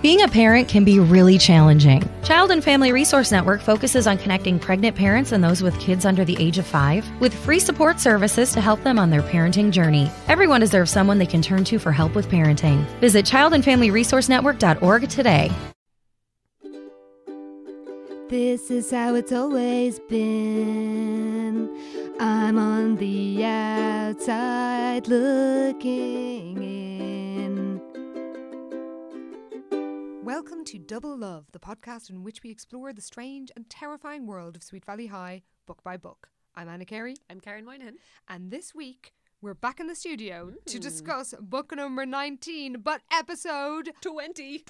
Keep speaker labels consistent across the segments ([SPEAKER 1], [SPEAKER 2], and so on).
[SPEAKER 1] Being a parent can be really challenging. Child and Family Resource Network focuses on connecting pregnant parents and those with kids under the age of five with free support services to help them on their parenting journey. Everyone deserves someone they can turn to for help with parenting. Visit childandfamilyresourcenetwork.org today.
[SPEAKER 2] This is how it's always been. I'm on the outside looking in.
[SPEAKER 3] Welcome to Double Love, the podcast in which we explore the strange and terrifying world of Sweet Valley High, book by book. I'm Anna Carey,
[SPEAKER 4] I'm Karen Moynihan.
[SPEAKER 3] and this week we're back in the studio to discuss book number 19, but episode
[SPEAKER 4] 20.
[SPEAKER 3] 20!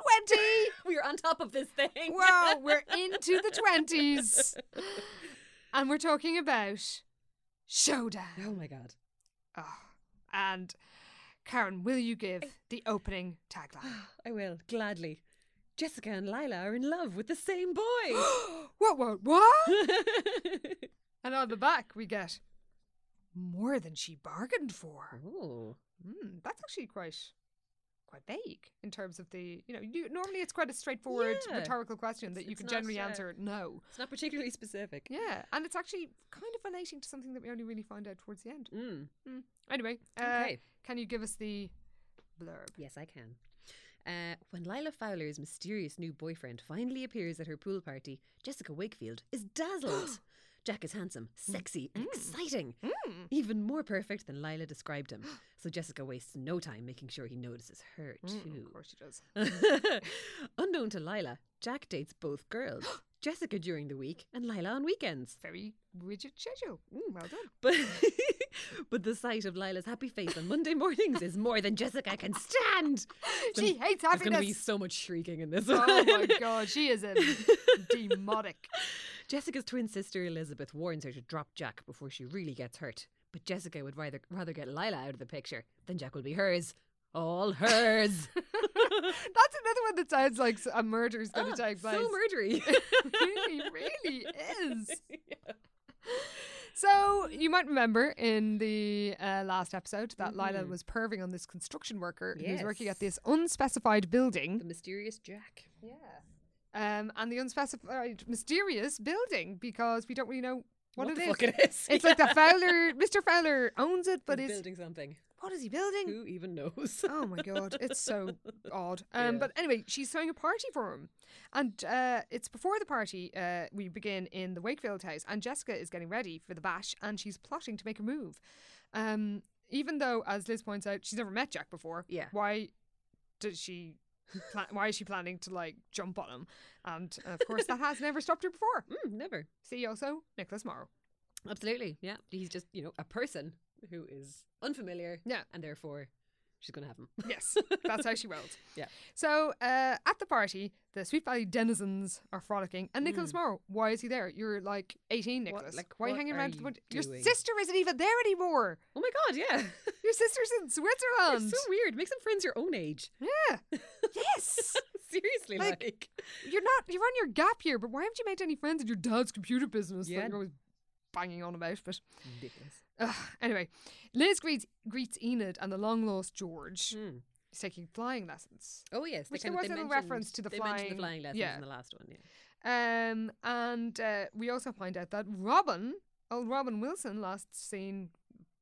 [SPEAKER 4] We are on top of this thing.
[SPEAKER 3] Wow, we're into the 20s! And we're talking about Showdown.
[SPEAKER 4] Oh my god.
[SPEAKER 3] And Karen, will you give the opening tagline?
[SPEAKER 4] I will, gladly. Jessica and Lila are in love with the same boy.
[SPEAKER 3] What, what, what? And on the back, we get more than she bargained for.
[SPEAKER 4] oh.
[SPEAKER 3] Mm, that's actually quite quite vague in terms of the you know you, normally it's quite a straightforward
[SPEAKER 4] Yeah.
[SPEAKER 3] rhetorical question that
[SPEAKER 4] It's-
[SPEAKER 3] you
[SPEAKER 4] it's
[SPEAKER 3] can
[SPEAKER 4] not,
[SPEAKER 3] generally
[SPEAKER 4] uh,
[SPEAKER 3] answer no.
[SPEAKER 4] It's not particularly specific.
[SPEAKER 3] Yeah, and it's actually kind of relating to something that we only really find out towards the end.
[SPEAKER 4] Mm.
[SPEAKER 3] Mm. Anyway, uh,
[SPEAKER 4] Okay.
[SPEAKER 3] can you give us the blurb?
[SPEAKER 4] Yes, I can. Uh, when Lila Fowler's mysterious new boyfriend finally appears at her pool party, Jessica Wakefield is dazzled. Jack is handsome,
[SPEAKER 3] Mm.
[SPEAKER 4] sexy, and exciting. Even more perfect than Lila described him. So Jessica wastes no time making sure he notices her, too.
[SPEAKER 3] Mm, of course she does.
[SPEAKER 4] Unknown to Lila, Jack dates both girls Jessica during the week and Lila on weekends.
[SPEAKER 3] Very rigid schedule. Mm, well done.
[SPEAKER 4] But, but the sight of Lila's happy face on Monday mornings is more than Jessica can stand.
[SPEAKER 3] She hates
[SPEAKER 4] There's going to be
[SPEAKER 3] happiness.
[SPEAKER 4] so much shrieking in this
[SPEAKER 3] Oh my
[SPEAKER 4] one.
[SPEAKER 3] god, she is a demonic.
[SPEAKER 4] Jessica's twin sister Elizabeth warns her to drop Jack before she really gets hurt. But Jessica would rather, rather get Lila out of the picture than Jack will be hers. All hers.
[SPEAKER 3] That's another one that sounds like s- a murder's going to
[SPEAKER 4] Ah,
[SPEAKER 3] take place.
[SPEAKER 4] so murdery.
[SPEAKER 3] really, really is. So you might remember in the uh, last episode that Lila was perving on this construction worker who was working at
[SPEAKER 4] Mm-hmm. Yes.
[SPEAKER 3] this unspecified
[SPEAKER 4] the
[SPEAKER 3] building,
[SPEAKER 4] mysterious Jack.
[SPEAKER 3] um, and the unspecified mysterious building because we don't really know what,
[SPEAKER 4] What
[SPEAKER 3] it
[SPEAKER 4] the
[SPEAKER 3] is.
[SPEAKER 4] fuck it is,
[SPEAKER 3] It's like
[SPEAKER 4] yeah.
[SPEAKER 3] the Fowler, Mr. Fowler owns it, but
[SPEAKER 4] He's
[SPEAKER 3] it's
[SPEAKER 4] building something.
[SPEAKER 3] what is he building?
[SPEAKER 4] Who even knows?
[SPEAKER 3] Oh my god, it's so odd. Um,
[SPEAKER 4] Yeah.
[SPEAKER 3] But anyway, she's throwing a party for him, and uh, it's before the party. Uh, we begin in the Wakefield house, and Jessica is getting ready for the bash, and she's plotting to make a move. Um, even though, as Liz points out, she's never met Jack before.
[SPEAKER 4] Yeah.
[SPEAKER 3] Why does she? Plan- why is she planning to like jump on him? And uh, of course, that has never stopped her before.
[SPEAKER 4] Mm, never.
[SPEAKER 3] See also Nicholas Morrow.
[SPEAKER 4] Absolutely. Yeah. He's just, you know, a person who is unfamiliar.
[SPEAKER 3] Yeah.
[SPEAKER 4] And therefore, she's going to have him.
[SPEAKER 3] Yes, that's how she rolled.
[SPEAKER 4] Yeah.
[SPEAKER 3] So uh, at the party, the Sweet Valley denizens are frolicking, and Nicholas Morrow, why is he there? You're like 18,
[SPEAKER 4] Mm. What-
[SPEAKER 3] Nicholas.
[SPEAKER 4] like,
[SPEAKER 3] why are you
[SPEAKER 4] what
[SPEAKER 3] hanging
[SPEAKER 4] are
[SPEAKER 3] around?
[SPEAKER 4] you
[SPEAKER 3] with one- Your
[SPEAKER 4] doing?
[SPEAKER 3] sister isn't even there anymore.
[SPEAKER 4] Oh my God. Yeah.
[SPEAKER 3] Your sister's in Switzerland.
[SPEAKER 4] It's so weird. Make some friends your own age.
[SPEAKER 3] yeah. yes.
[SPEAKER 4] Seriously,
[SPEAKER 3] Like,
[SPEAKER 4] like.
[SPEAKER 3] You're not. You're on your gap year, but why haven't you made any friends in your dad's computer business
[SPEAKER 4] Yeah.
[SPEAKER 3] that you're always banging on about? But
[SPEAKER 4] Ridiculous.
[SPEAKER 3] ugh. anyway, Liz greets, greets Enid and the long lost George.
[SPEAKER 4] Mm.
[SPEAKER 3] He's taking flying lessons.
[SPEAKER 4] Oh, yes.
[SPEAKER 3] Which
[SPEAKER 4] they
[SPEAKER 3] there was
[SPEAKER 4] kind of-
[SPEAKER 3] a
[SPEAKER 4] they
[SPEAKER 3] little reference
[SPEAKER 4] mentioned-
[SPEAKER 3] to the
[SPEAKER 4] they mentioned
[SPEAKER 3] flying-
[SPEAKER 4] the flying lessons
[SPEAKER 3] yeah.
[SPEAKER 4] in the last one. Yeah.
[SPEAKER 3] Um, and uh, we also find out that Robin, old Robin Wilson, last seen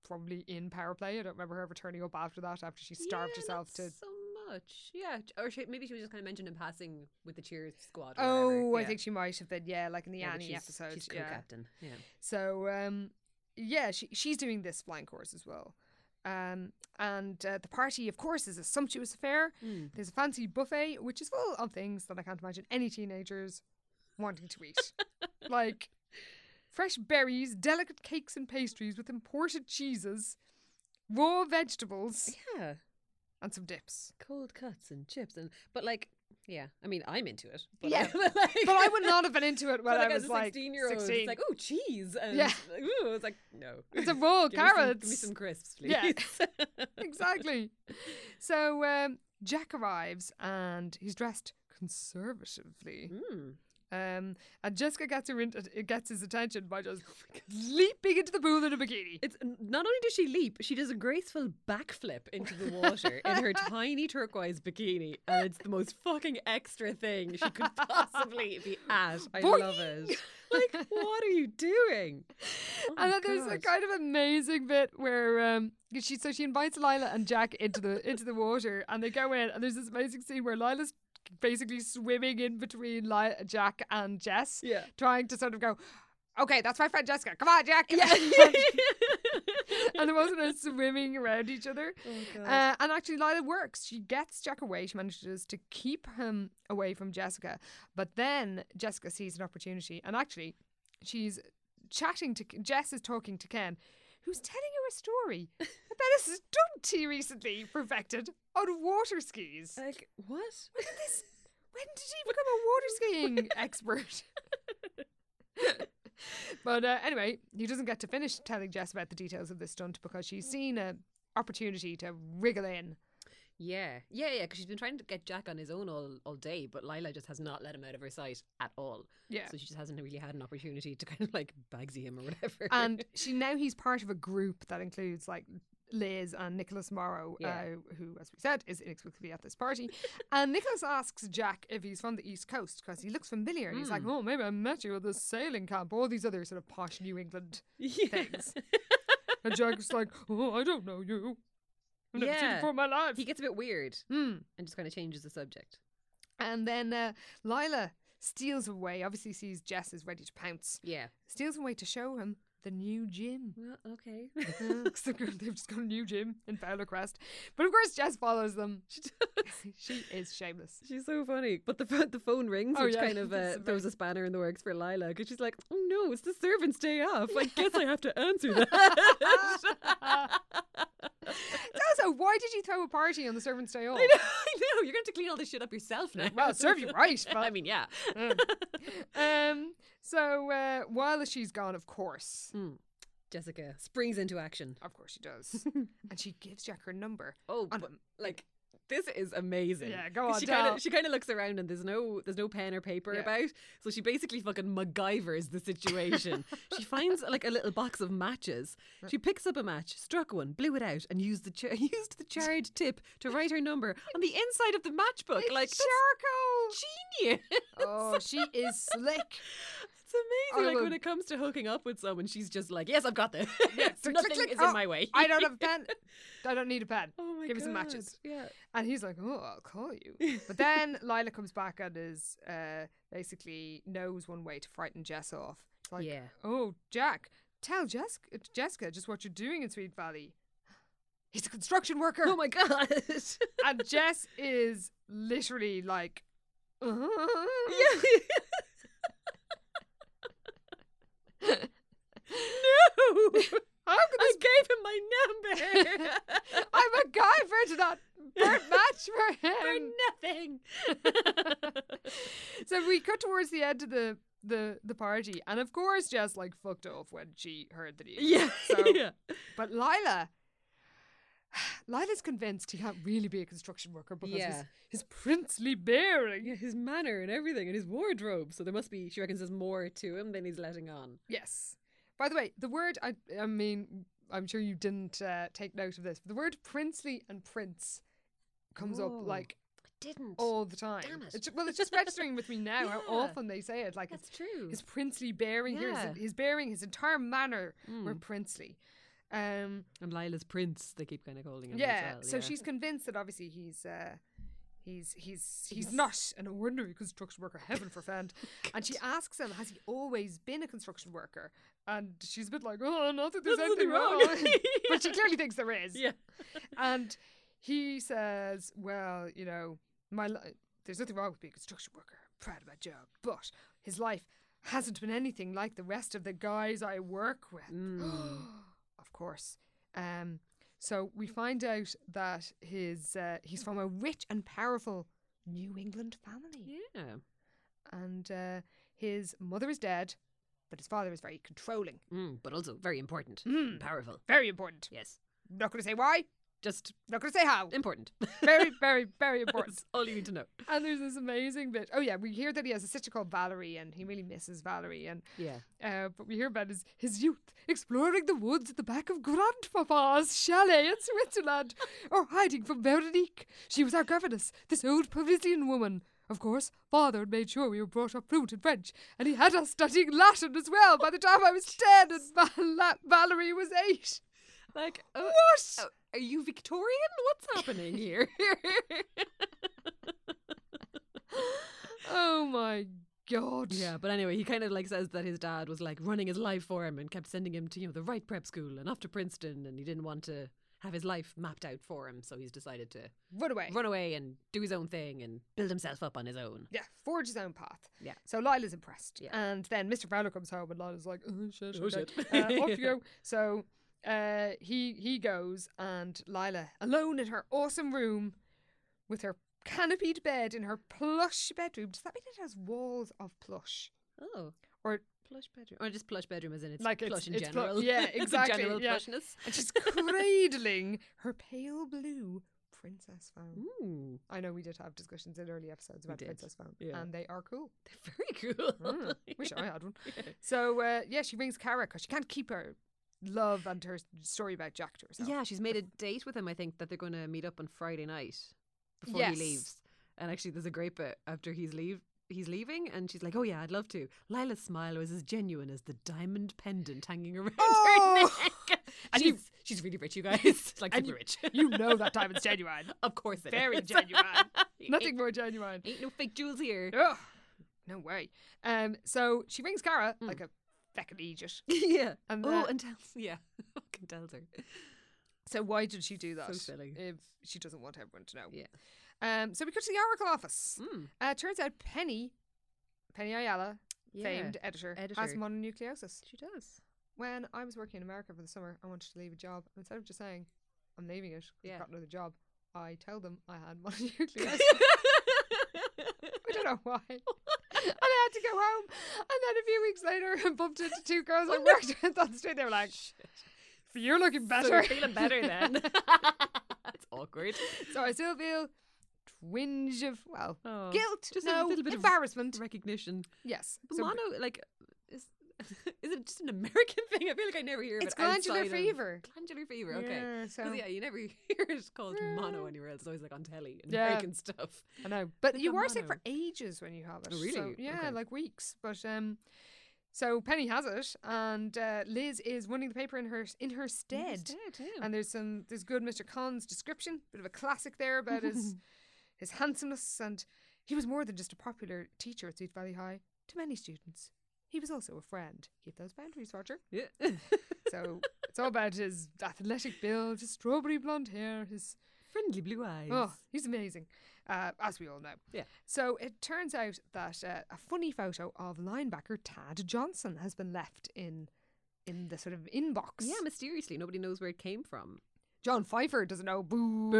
[SPEAKER 3] probably in power play. I don't remember her ever turning up after that, after she starved
[SPEAKER 4] Yeah,
[SPEAKER 3] herself
[SPEAKER 4] not
[SPEAKER 3] to.
[SPEAKER 4] So much. Yeah. Or she, maybe she was just kind of mentioned in passing with the cheers squad. Or
[SPEAKER 3] Oh,
[SPEAKER 4] whatever.
[SPEAKER 3] I
[SPEAKER 4] Yeah.
[SPEAKER 3] think she might have been, yeah, like in the
[SPEAKER 4] Yeah, but
[SPEAKER 3] Annie
[SPEAKER 4] she's-
[SPEAKER 3] episode.
[SPEAKER 4] She's
[SPEAKER 3] yeah.
[SPEAKER 4] co-captain. Yeah.
[SPEAKER 3] So, um, yeah, she, she's doing this flying course as well. Um, and uh, the party, of course, is a sumptuous affair.
[SPEAKER 4] Mm.
[SPEAKER 3] There's a fancy buffet, which is full of things that I can't imagine any teenagers wanting to eat. like fresh berries, delicate cakes and pastries with imported cheeses, raw vegetables,
[SPEAKER 4] Yeah.
[SPEAKER 3] and some dips.
[SPEAKER 4] cold cuts and chips and but like Yeah, I mean, I'm into it. But
[SPEAKER 3] Yeah.
[SPEAKER 4] I, like,
[SPEAKER 3] But I would not have been into it
[SPEAKER 4] but
[SPEAKER 3] when
[SPEAKER 4] like,
[SPEAKER 3] I was
[SPEAKER 4] as a
[SPEAKER 3] like
[SPEAKER 4] 16 year old, it's
[SPEAKER 3] 16.
[SPEAKER 4] like, oh, cheese. And
[SPEAKER 3] Yeah.
[SPEAKER 4] like, ooh, it's like, no.
[SPEAKER 3] It's a raw
[SPEAKER 4] Give me some-
[SPEAKER 3] carrots.
[SPEAKER 4] give me some crisps, please.
[SPEAKER 3] Yeah. exactly. So um, Jack arrives and he's dressed conservatively.
[SPEAKER 4] Mm.
[SPEAKER 3] Um, and Jessica gets her in, uh, gets his attention by just leaping into the pool in a bikini.
[SPEAKER 4] It's not only does she leap, she does a graceful backflip into the water in her tiny turquoise bikini, and it's the most fucking extra thing she could possibly be at. I love it. Like, what are you doing? Oh my
[SPEAKER 3] and then there's a
[SPEAKER 4] God.
[SPEAKER 3] kind of amazing bit where um, she so she invites Lila and Jack into the into the water, and they go in, and there's this amazing scene where Lila's basically swimming in between Li- Jack and Jess,
[SPEAKER 4] Yeah.
[SPEAKER 3] trying to sort of go, okay, that's my friend Jessica. Come on, Jack. Yeah. and the both of them are swimming around each other.
[SPEAKER 4] Oh,
[SPEAKER 3] Uh, and actually, Lila works. She gets Jack away. She manages to keep him away from Jessica. But then Jessica sees an opportunity. And actually, she's chatting to Jess is talking to Ken, who's telling her a story about a stunt he recently perfected on water skis.
[SPEAKER 4] like, what?
[SPEAKER 3] Look at this. When did he become a water skiing expert? but uh, anyway, he doesn't get to finish telling Jess about the details of this stunt because she's seen a opportunity to wriggle in.
[SPEAKER 4] Yeah, yeah, yeah. Because she's been trying to get Jack on his own all, all day, but Lila just has not let him out of her sight at all.
[SPEAKER 3] Yeah.
[SPEAKER 4] So she just hasn't really had an opportunity to kind of like bagsy him or whatever.
[SPEAKER 3] and she now he's part of a group that includes like Liz and Nicholas Morrow,
[SPEAKER 4] Yeah.
[SPEAKER 3] uh, who, as we said, is inexplicably at this party. and Nicholas asks Jack if he's from the East Coast because he looks familiar. And he's
[SPEAKER 4] Hmm.
[SPEAKER 3] like, "Oh, maybe I met you at the sailing camp, all these other sort of posh New England
[SPEAKER 4] yeah.
[SPEAKER 3] things." and Jack's like, "Oh, I don't know you. I've never seen you
[SPEAKER 4] Yeah.
[SPEAKER 3] before in my life."
[SPEAKER 4] He gets a bit weird
[SPEAKER 3] Hmm.
[SPEAKER 4] and just kind of changes the subject.
[SPEAKER 3] And then uh, Lila steals away. Obviously, sees Jess is ready to pounce.
[SPEAKER 4] Yeah.
[SPEAKER 3] Steals away to show him the new gym.
[SPEAKER 4] Well, okay.
[SPEAKER 3] Because they've just got a new gym in Fowler Crest. But of course, Jess follows them. She does. she is shameless.
[SPEAKER 4] She's so funny, but the pho- the phone rings,
[SPEAKER 3] Oh,
[SPEAKER 4] which
[SPEAKER 3] yeah.
[SPEAKER 4] kind of
[SPEAKER 3] It's
[SPEAKER 4] uh, throws
[SPEAKER 3] amazing.
[SPEAKER 4] a spanner in the works for Lila because she's like, "Oh no, it's the servant's day off. I guess I have to answer that."
[SPEAKER 3] Also, uh, why did you throw a party on the servants' day off?
[SPEAKER 4] I know, I know. You're going to have to clean all this shit up yourself now.
[SPEAKER 3] Well, serve you right,
[SPEAKER 4] I
[SPEAKER 3] but-
[SPEAKER 4] mean, mm. yeah.
[SPEAKER 3] Um. So uh, while she's gone, of course,
[SPEAKER 4] Jessica springs into action.
[SPEAKER 3] of course she does, and she gives Jack her number.
[SPEAKER 4] Oh,
[SPEAKER 3] And
[SPEAKER 4] but, like this is amazing.
[SPEAKER 3] Yeah, go
[SPEAKER 4] 'Cause
[SPEAKER 3] on,
[SPEAKER 4] She kind
[SPEAKER 3] tell.
[SPEAKER 4] of she kind of looks around and there's no there's no pen or paper
[SPEAKER 3] Oh, Yeah.
[SPEAKER 4] about, so she basically fucking MacGyver's the situation. she finds like a little box of matches. She picks up a match, struck one, blew it out, and used the char- used the charred tip to write her number on the inside of the matchbook. like that's
[SPEAKER 3] charcoal.
[SPEAKER 4] genius.
[SPEAKER 3] Oh, she is slick.
[SPEAKER 4] It's amazing.
[SPEAKER 3] I
[SPEAKER 4] like
[SPEAKER 3] will-
[SPEAKER 4] when it comes to hooking up with someone, she's just like, "Yes, I've got this.
[SPEAKER 3] click,
[SPEAKER 4] Nothing
[SPEAKER 3] click.
[SPEAKER 4] is
[SPEAKER 3] Oh,
[SPEAKER 4] in my way."
[SPEAKER 3] I don't have a pen. I don't need a pen.
[SPEAKER 4] Oh my
[SPEAKER 3] Give me some
[SPEAKER 4] God.
[SPEAKER 3] matches.
[SPEAKER 4] Yeah.
[SPEAKER 3] And he's like, "Oh, I'll call you." But then Lila comes back and is uh, basically knows one way to frighten Jess off. It's like,
[SPEAKER 4] Yeah.
[SPEAKER 3] "Oh, Jack, tell Jess- Jessica just what you're doing in Sweet Valley." He's a construction worker,
[SPEAKER 4] Oh my god.
[SPEAKER 3] and Jess is literally like,
[SPEAKER 4] yeah. no.
[SPEAKER 3] "How can
[SPEAKER 4] I
[SPEAKER 3] this?
[SPEAKER 4] gave him my number
[SPEAKER 3] I'm a guy for that burnt match for him."
[SPEAKER 4] for nothing.
[SPEAKER 3] so we cut towards the end of the the the party, and of course Jess like fucked off when she heard the news.
[SPEAKER 4] yeah.
[SPEAKER 3] So,
[SPEAKER 4] yeah.
[SPEAKER 3] but Lila, Lila's convinced he can't really be a construction worker because
[SPEAKER 4] Yeah.
[SPEAKER 3] his, his princely bearing.
[SPEAKER 4] Yeah, His manner and everything, and his wardrobe. So there must be. She reckons there's more to him than he's letting on.
[SPEAKER 3] Yes. By the way, the word I I mean I'm sure you didn't uh, take note of this. But the word princely and prince comes
[SPEAKER 4] Oh.
[SPEAKER 3] up like
[SPEAKER 4] Didn't.
[SPEAKER 3] all the time.
[SPEAKER 4] Damn it.
[SPEAKER 3] It's, well, it's just registering with me now how
[SPEAKER 4] Yeah.
[SPEAKER 3] often they say it. Like it's
[SPEAKER 4] That's true.
[SPEAKER 3] his princely bearing here,
[SPEAKER 4] Yeah. Hmm.
[SPEAKER 3] his, his bearing, his entire manner were princely. Um,
[SPEAKER 4] And Lila's prince. They keep kind of calling him. as
[SPEAKER 3] yeah,
[SPEAKER 4] well,
[SPEAKER 3] so
[SPEAKER 4] yeah.
[SPEAKER 3] she's convinced that obviously he's uh, he's he's he's not an ordinary construction worker. Heaven forfend! and she asks him, "Has he always been a construction worker?" And she's a bit like, "Oh, not that there's
[SPEAKER 4] There's
[SPEAKER 3] anything
[SPEAKER 4] nothing
[SPEAKER 3] wrong,",
[SPEAKER 4] wrong.
[SPEAKER 3] but she clearly thinks there is.
[SPEAKER 4] Yeah.
[SPEAKER 3] And he says, "Well, you know, my li- there's nothing wrong with being a construction worker. I'm proud of my job, but his life hasn't been anything like the rest of the guys I work with. of course. Um, so we find out that his uh, he's from a rich and powerful New England family.
[SPEAKER 4] Yeah.
[SPEAKER 3] And uh, his mother is dead, but his father is very controlling.
[SPEAKER 4] Mm, but also very important.
[SPEAKER 3] Mm.
[SPEAKER 4] and Powerful.
[SPEAKER 3] Very important.
[SPEAKER 4] Yes.
[SPEAKER 3] Not going to say why,
[SPEAKER 4] Just
[SPEAKER 3] not going to say how.
[SPEAKER 4] important.
[SPEAKER 3] very, very, very important.
[SPEAKER 4] That's all you need to know.
[SPEAKER 3] And there's this amazing bit. Oh yeah, we hear that he has a sister called Valerie, and he really misses Valerie. And
[SPEAKER 4] Yeah.
[SPEAKER 3] uh, but we hear about his his youth exploring the woods at the back of Grandpapa's chalet in Switzerland, or hiding from Veronique. She was our governess, this old Parisian woman. Of course, father had made sure we were brought up fluent in French, and he had us studying Latin as well. By the time I was ten, and Val- La- Valerie was eight.
[SPEAKER 4] Like, oh,
[SPEAKER 3] What?
[SPEAKER 4] oh, are you Victorian? What's happening here?
[SPEAKER 3] Oh my god.
[SPEAKER 4] yeah, but anyway, he kind of like says that his dad was like running his life for him and kept sending him to, you know, the right prep school and off to Princeton and he didn't want to have his life mapped out for him, so he's decided to
[SPEAKER 3] Run away.
[SPEAKER 4] run away and do his own thing and build himself up on his own.
[SPEAKER 3] Yeah, forge his own path.
[SPEAKER 4] Yeah.
[SPEAKER 3] So Lila's impressed.
[SPEAKER 4] Yeah.
[SPEAKER 3] And then Mr. Fowler comes home and Lila's like, oh shit,
[SPEAKER 4] Oh,
[SPEAKER 3] okay.
[SPEAKER 4] shit.
[SPEAKER 3] uh, off you go. So uh, he he goes and Lila, alone in her awesome room with her canopied bed in her plush bedroom. Does that mean it has walls of plush?
[SPEAKER 4] Oh.
[SPEAKER 3] Or
[SPEAKER 4] Plush bedroom. Or just plush bedroom as in it's
[SPEAKER 3] Like it's-
[SPEAKER 4] plush in
[SPEAKER 3] it's plu-
[SPEAKER 4] general.
[SPEAKER 3] yeah,
[SPEAKER 4] The
[SPEAKER 3] exactly,
[SPEAKER 4] general
[SPEAKER 3] yeah.
[SPEAKER 4] plushness.
[SPEAKER 3] and she's cradling her pale blue princess phone.
[SPEAKER 4] Ooh,
[SPEAKER 3] I know we did have discussions in early episodes about
[SPEAKER 4] did,
[SPEAKER 3] princess phone,
[SPEAKER 4] yeah.
[SPEAKER 3] and they are cool.
[SPEAKER 4] they're very cool.
[SPEAKER 3] Mm, wish I had one. So uh, yeah, she rings Cara 'cause she can't keep her love and her s- story about Jack to herself.
[SPEAKER 4] Yeah, she's made a date with him. I think that they're going to meet up on Friday night before
[SPEAKER 3] Yes.
[SPEAKER 4] he leaves. And actually, there's a great bit after he's leave he's leaving, and she's like, "Oh yeah, I'd love to." Lila's smile was as genuine as the diamond pendant hanging around
[SPEAKER 3] Oh!
[SPEAKER 4] her neck. And
[SPEAKER 3] You-
[SPEAKER 4] she's she's really rich, you guys. like
[SPEAKER 3] And
[SPEAKER 4] super rich.
[SPEAKER 3] you know that diamond's genuine,
[SPEAKER 4] of course, it is.
[SPEAKER 3] very genuine.
[SPEAKER 4] Ain't-
[SPEAKER 3] Nothing more genuine.
[SPEAKER 4] Ain't no fake jewels here.
[SPEAKER 3] Ugh, no way. Um, so she rings Cara
[SPEAKER 4] Mm.
[SPEAKER 3] like a feckin' idiot.
[SPEAKER 4] yeah.
[SPEAKER 3] And
[SPEAKER 4] oh,
[SPEAKER 3] that-
[SPEAKER 4] and tells yeah, fucking tells her.
[SPEAKER 3] So why did she do that?
[SPEAKER 4] silly.
[SPEAKER 3] If she doesn't want everyone to know.
[SPEAKER 4] Yeah.
[SPEAKER 3] Um, so we cut to the Oracle office.
[SPEAKER 4] Mm.
[SPEAKER 3] Uh, turns out Penny, Penny Ayala,
[SPEAKER 4] Yeah.
[SPEAKER 3] famed editor, has
[SPEAKER 4] Editor.
[SPEAKER 3] mononucleosis.
[SPEAKER 4] She does.
[SPEAKER 3] when I was working in America for the summer, I wanted to leave a job. And instead of just saying, I'm leaving it, 'cause
[SPEAKER 4] Yeah.
[SPEAKER 3] I've got another job, I tell them I had mononucleosis. I don't know why. and I had to go home. And then a few weeks later, I bumped into two girls I worked with on the street. They were like, You're looking
[SPEAKER 4] Oh, So
[SPEAKER 3] better.
[SPEAKER 4] you're feeling better then. That's awkward.
[SPEAKER 3] so I still feel twinge of, well,
[SPEAKER 4] Oh,
[SPEAKER 3] guilt,
[SPEAKER 4] just a
[SPEAKER 3] no,
[SPEAKER 4] little bit of
[SPEAKER 3] embarrassment.
[SPEAKER 4] Recognition.
[SPEAKER 3] yes.
[SPEAKER 4] But
[SPEAKER 3] So
[SPEAKER 4] mono, like, is, is it just an American thing? I feel like I never hear of
[SPEAKER 3] it's
[SPEAKER 4] it. outside
[SPEAKER 3] glandular
[SPEAKER 4] of-
[SPEAKER 3] fever.
[SPEAKER 4] Glandular fever, okay.
[SPEAKER 3] Yeah,
[SPEAKER 4] 'Cause,
[SPEAKER 3] so-
[SPEAKER 4] yeah, you never hear it called mono
[SPEAKER 3] Yeah.
[SPEAKER 4] anywhere else. It's always like on telly and
[SPEAKER 3] Yeah.
[SPEAKER 4] American stuff.
[SPEAKER 3] I know, but
[SPEAKER 4] They've
[SPEAKER 3] you
[SPEAKER 4] got
[SPEAKER 3] are sick for
[SPEAKER 4] mono.
[SPEAKER 3] ages when you have it.
[SPEAKER 4] Oh,
[SPEAKER 3] so,
[SPEAKER 4] really?
[SPEAKER 3] yeah,
[SPEAKER 4] Okay.
[SPEAKER 3] like weeks. But um, so Penny has it, and uh, Liz is running the paper in her in her stead.
[SPEAKER 4] And
[SPEAKER 3] And there's some there's good Mr. Khan's description, bit of a classic there about his his handsomeness, and he was more than just a popular teacher at Sweet Valley High to many students. He was also a friend. Keep those boundaries, Roger.
[SPEAKER 4] yeah.
[SPEAKER 3] So it's all about his athletic build, his strawberry blonde hair, his
[SPEAKER 4] Friendly blue eyes.
[SPEAKER 3] Oh, he's amazing, uh, as we all know.
[SPEAKER 4] Yeah.
[SPEAKER 3] So it turns out that uh, a funny photo of linebacker Tad Johnson has been left in in the sort of inbox.
[SPEAKER 4] Yeah, mysteriously. Nobody knows where it came from.
[SPEAKER 3] John Pfeiffer doesn't know. Boo.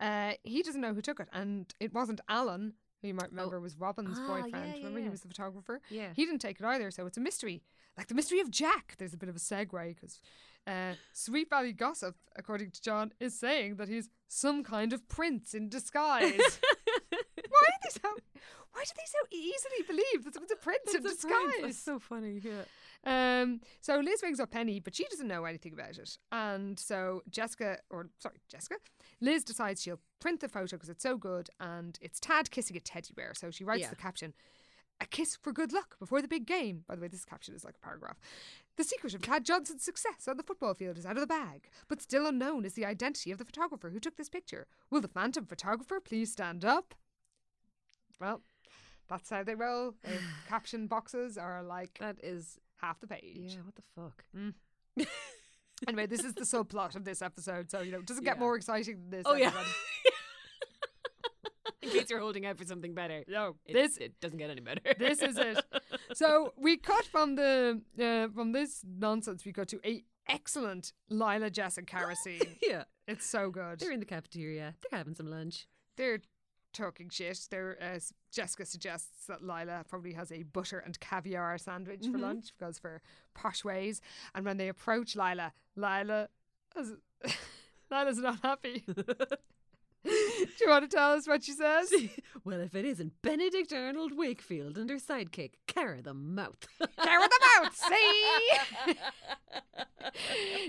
[SPEAKER 3] Uh, he doesn't know who took it, and it wasn't Alan. Who you might remember was Robin's
[SPEAKER 4] Oh. Ah,
[SPEAKER 3] boyfriend.
[SPEAKER 4] yeah, yeah,
[SPEAKER 3] remember he
[SPEAKER 4] yeah.
[SPEAKER 3] was the photographer.
[SPEAKER 4] Yeah.
[SPEAKER 3] He didn't take it either, so it's a mystery, like the mystery of Jack. There's a bit of a segue because uh, Sweet Valley Gossip, according to John, is saying that he's some kind of prince in disguise. Why are they so? Why do they so easily believe that someone's a prince in
[SPEAKER 4] It's a prank. That's
[SPEAKER 3] disguise?
[SPEAKER 4] so funny. Yeah.
[SPEAKER 3] Um, so Liz rings up Penny, but she doesn't know anything about it, and so Jessica, or sorry, Jessica, Liz decides she'll print the photo because it's so good, and it's Tad kissing a teddy bear. So she writes
[SPEAKER 4] Yeah.
[SPEAKER 3] the caption. A kiss for good luck before the big game. By the way, this caption is like a paragraph. The secret of Tad Johnson's success on the football field is out of the bag, but still unknown is the identity of the photographer who took this picture. Will the phantom photographer please stand up? Well, that's how they roll. Their caption boxes are like
[SPEAKER 4] That is.
[SPEAKER 3] half the page.
[SPEAKER 4] Yeah, what the fuck?
[SPEAKER 3] Anyway, this is the subplot of this episode, so you know it doesn't get
[SPEAKER 4] Yeah.
[SPEAKER 3] more exciting than this.
[SPEAKER 4] Oh, yeah.
[SPEAKER 3] everybody.
[SPEAKER 4] In case you're holding out for something better.
[SPEAKER 3] no,
[SPEAKER 4] It-
[SPEAKER 3] this
[SPEAKER 4] it doesn't get any better.
[SPEAKER 3] this is it. So we cut from the uh, from this nonsense. We go to a excellent Lila, Jess, and Cara scene.
[SPEAKER 4] yeah.
[SPEAKER 3] It's so good.
[SPEAKER 4] They're in the cafeteria. They're having some lunch.
[SPEAKER 3] They're talking shit. There, uh, s- Jessica suggests that Lila probably has a butter and caviar sandwich for lunch because for posh ways. And when they approach Lila, Lila, has, Lila's not happy. Do you want to tell us what she says?
[SPEAKER 4] well, if it isn't Benedict Arnold Wakefield and her sidekick, Cara the Mouth.
[SPEAKER 3] Care with the mouth, see?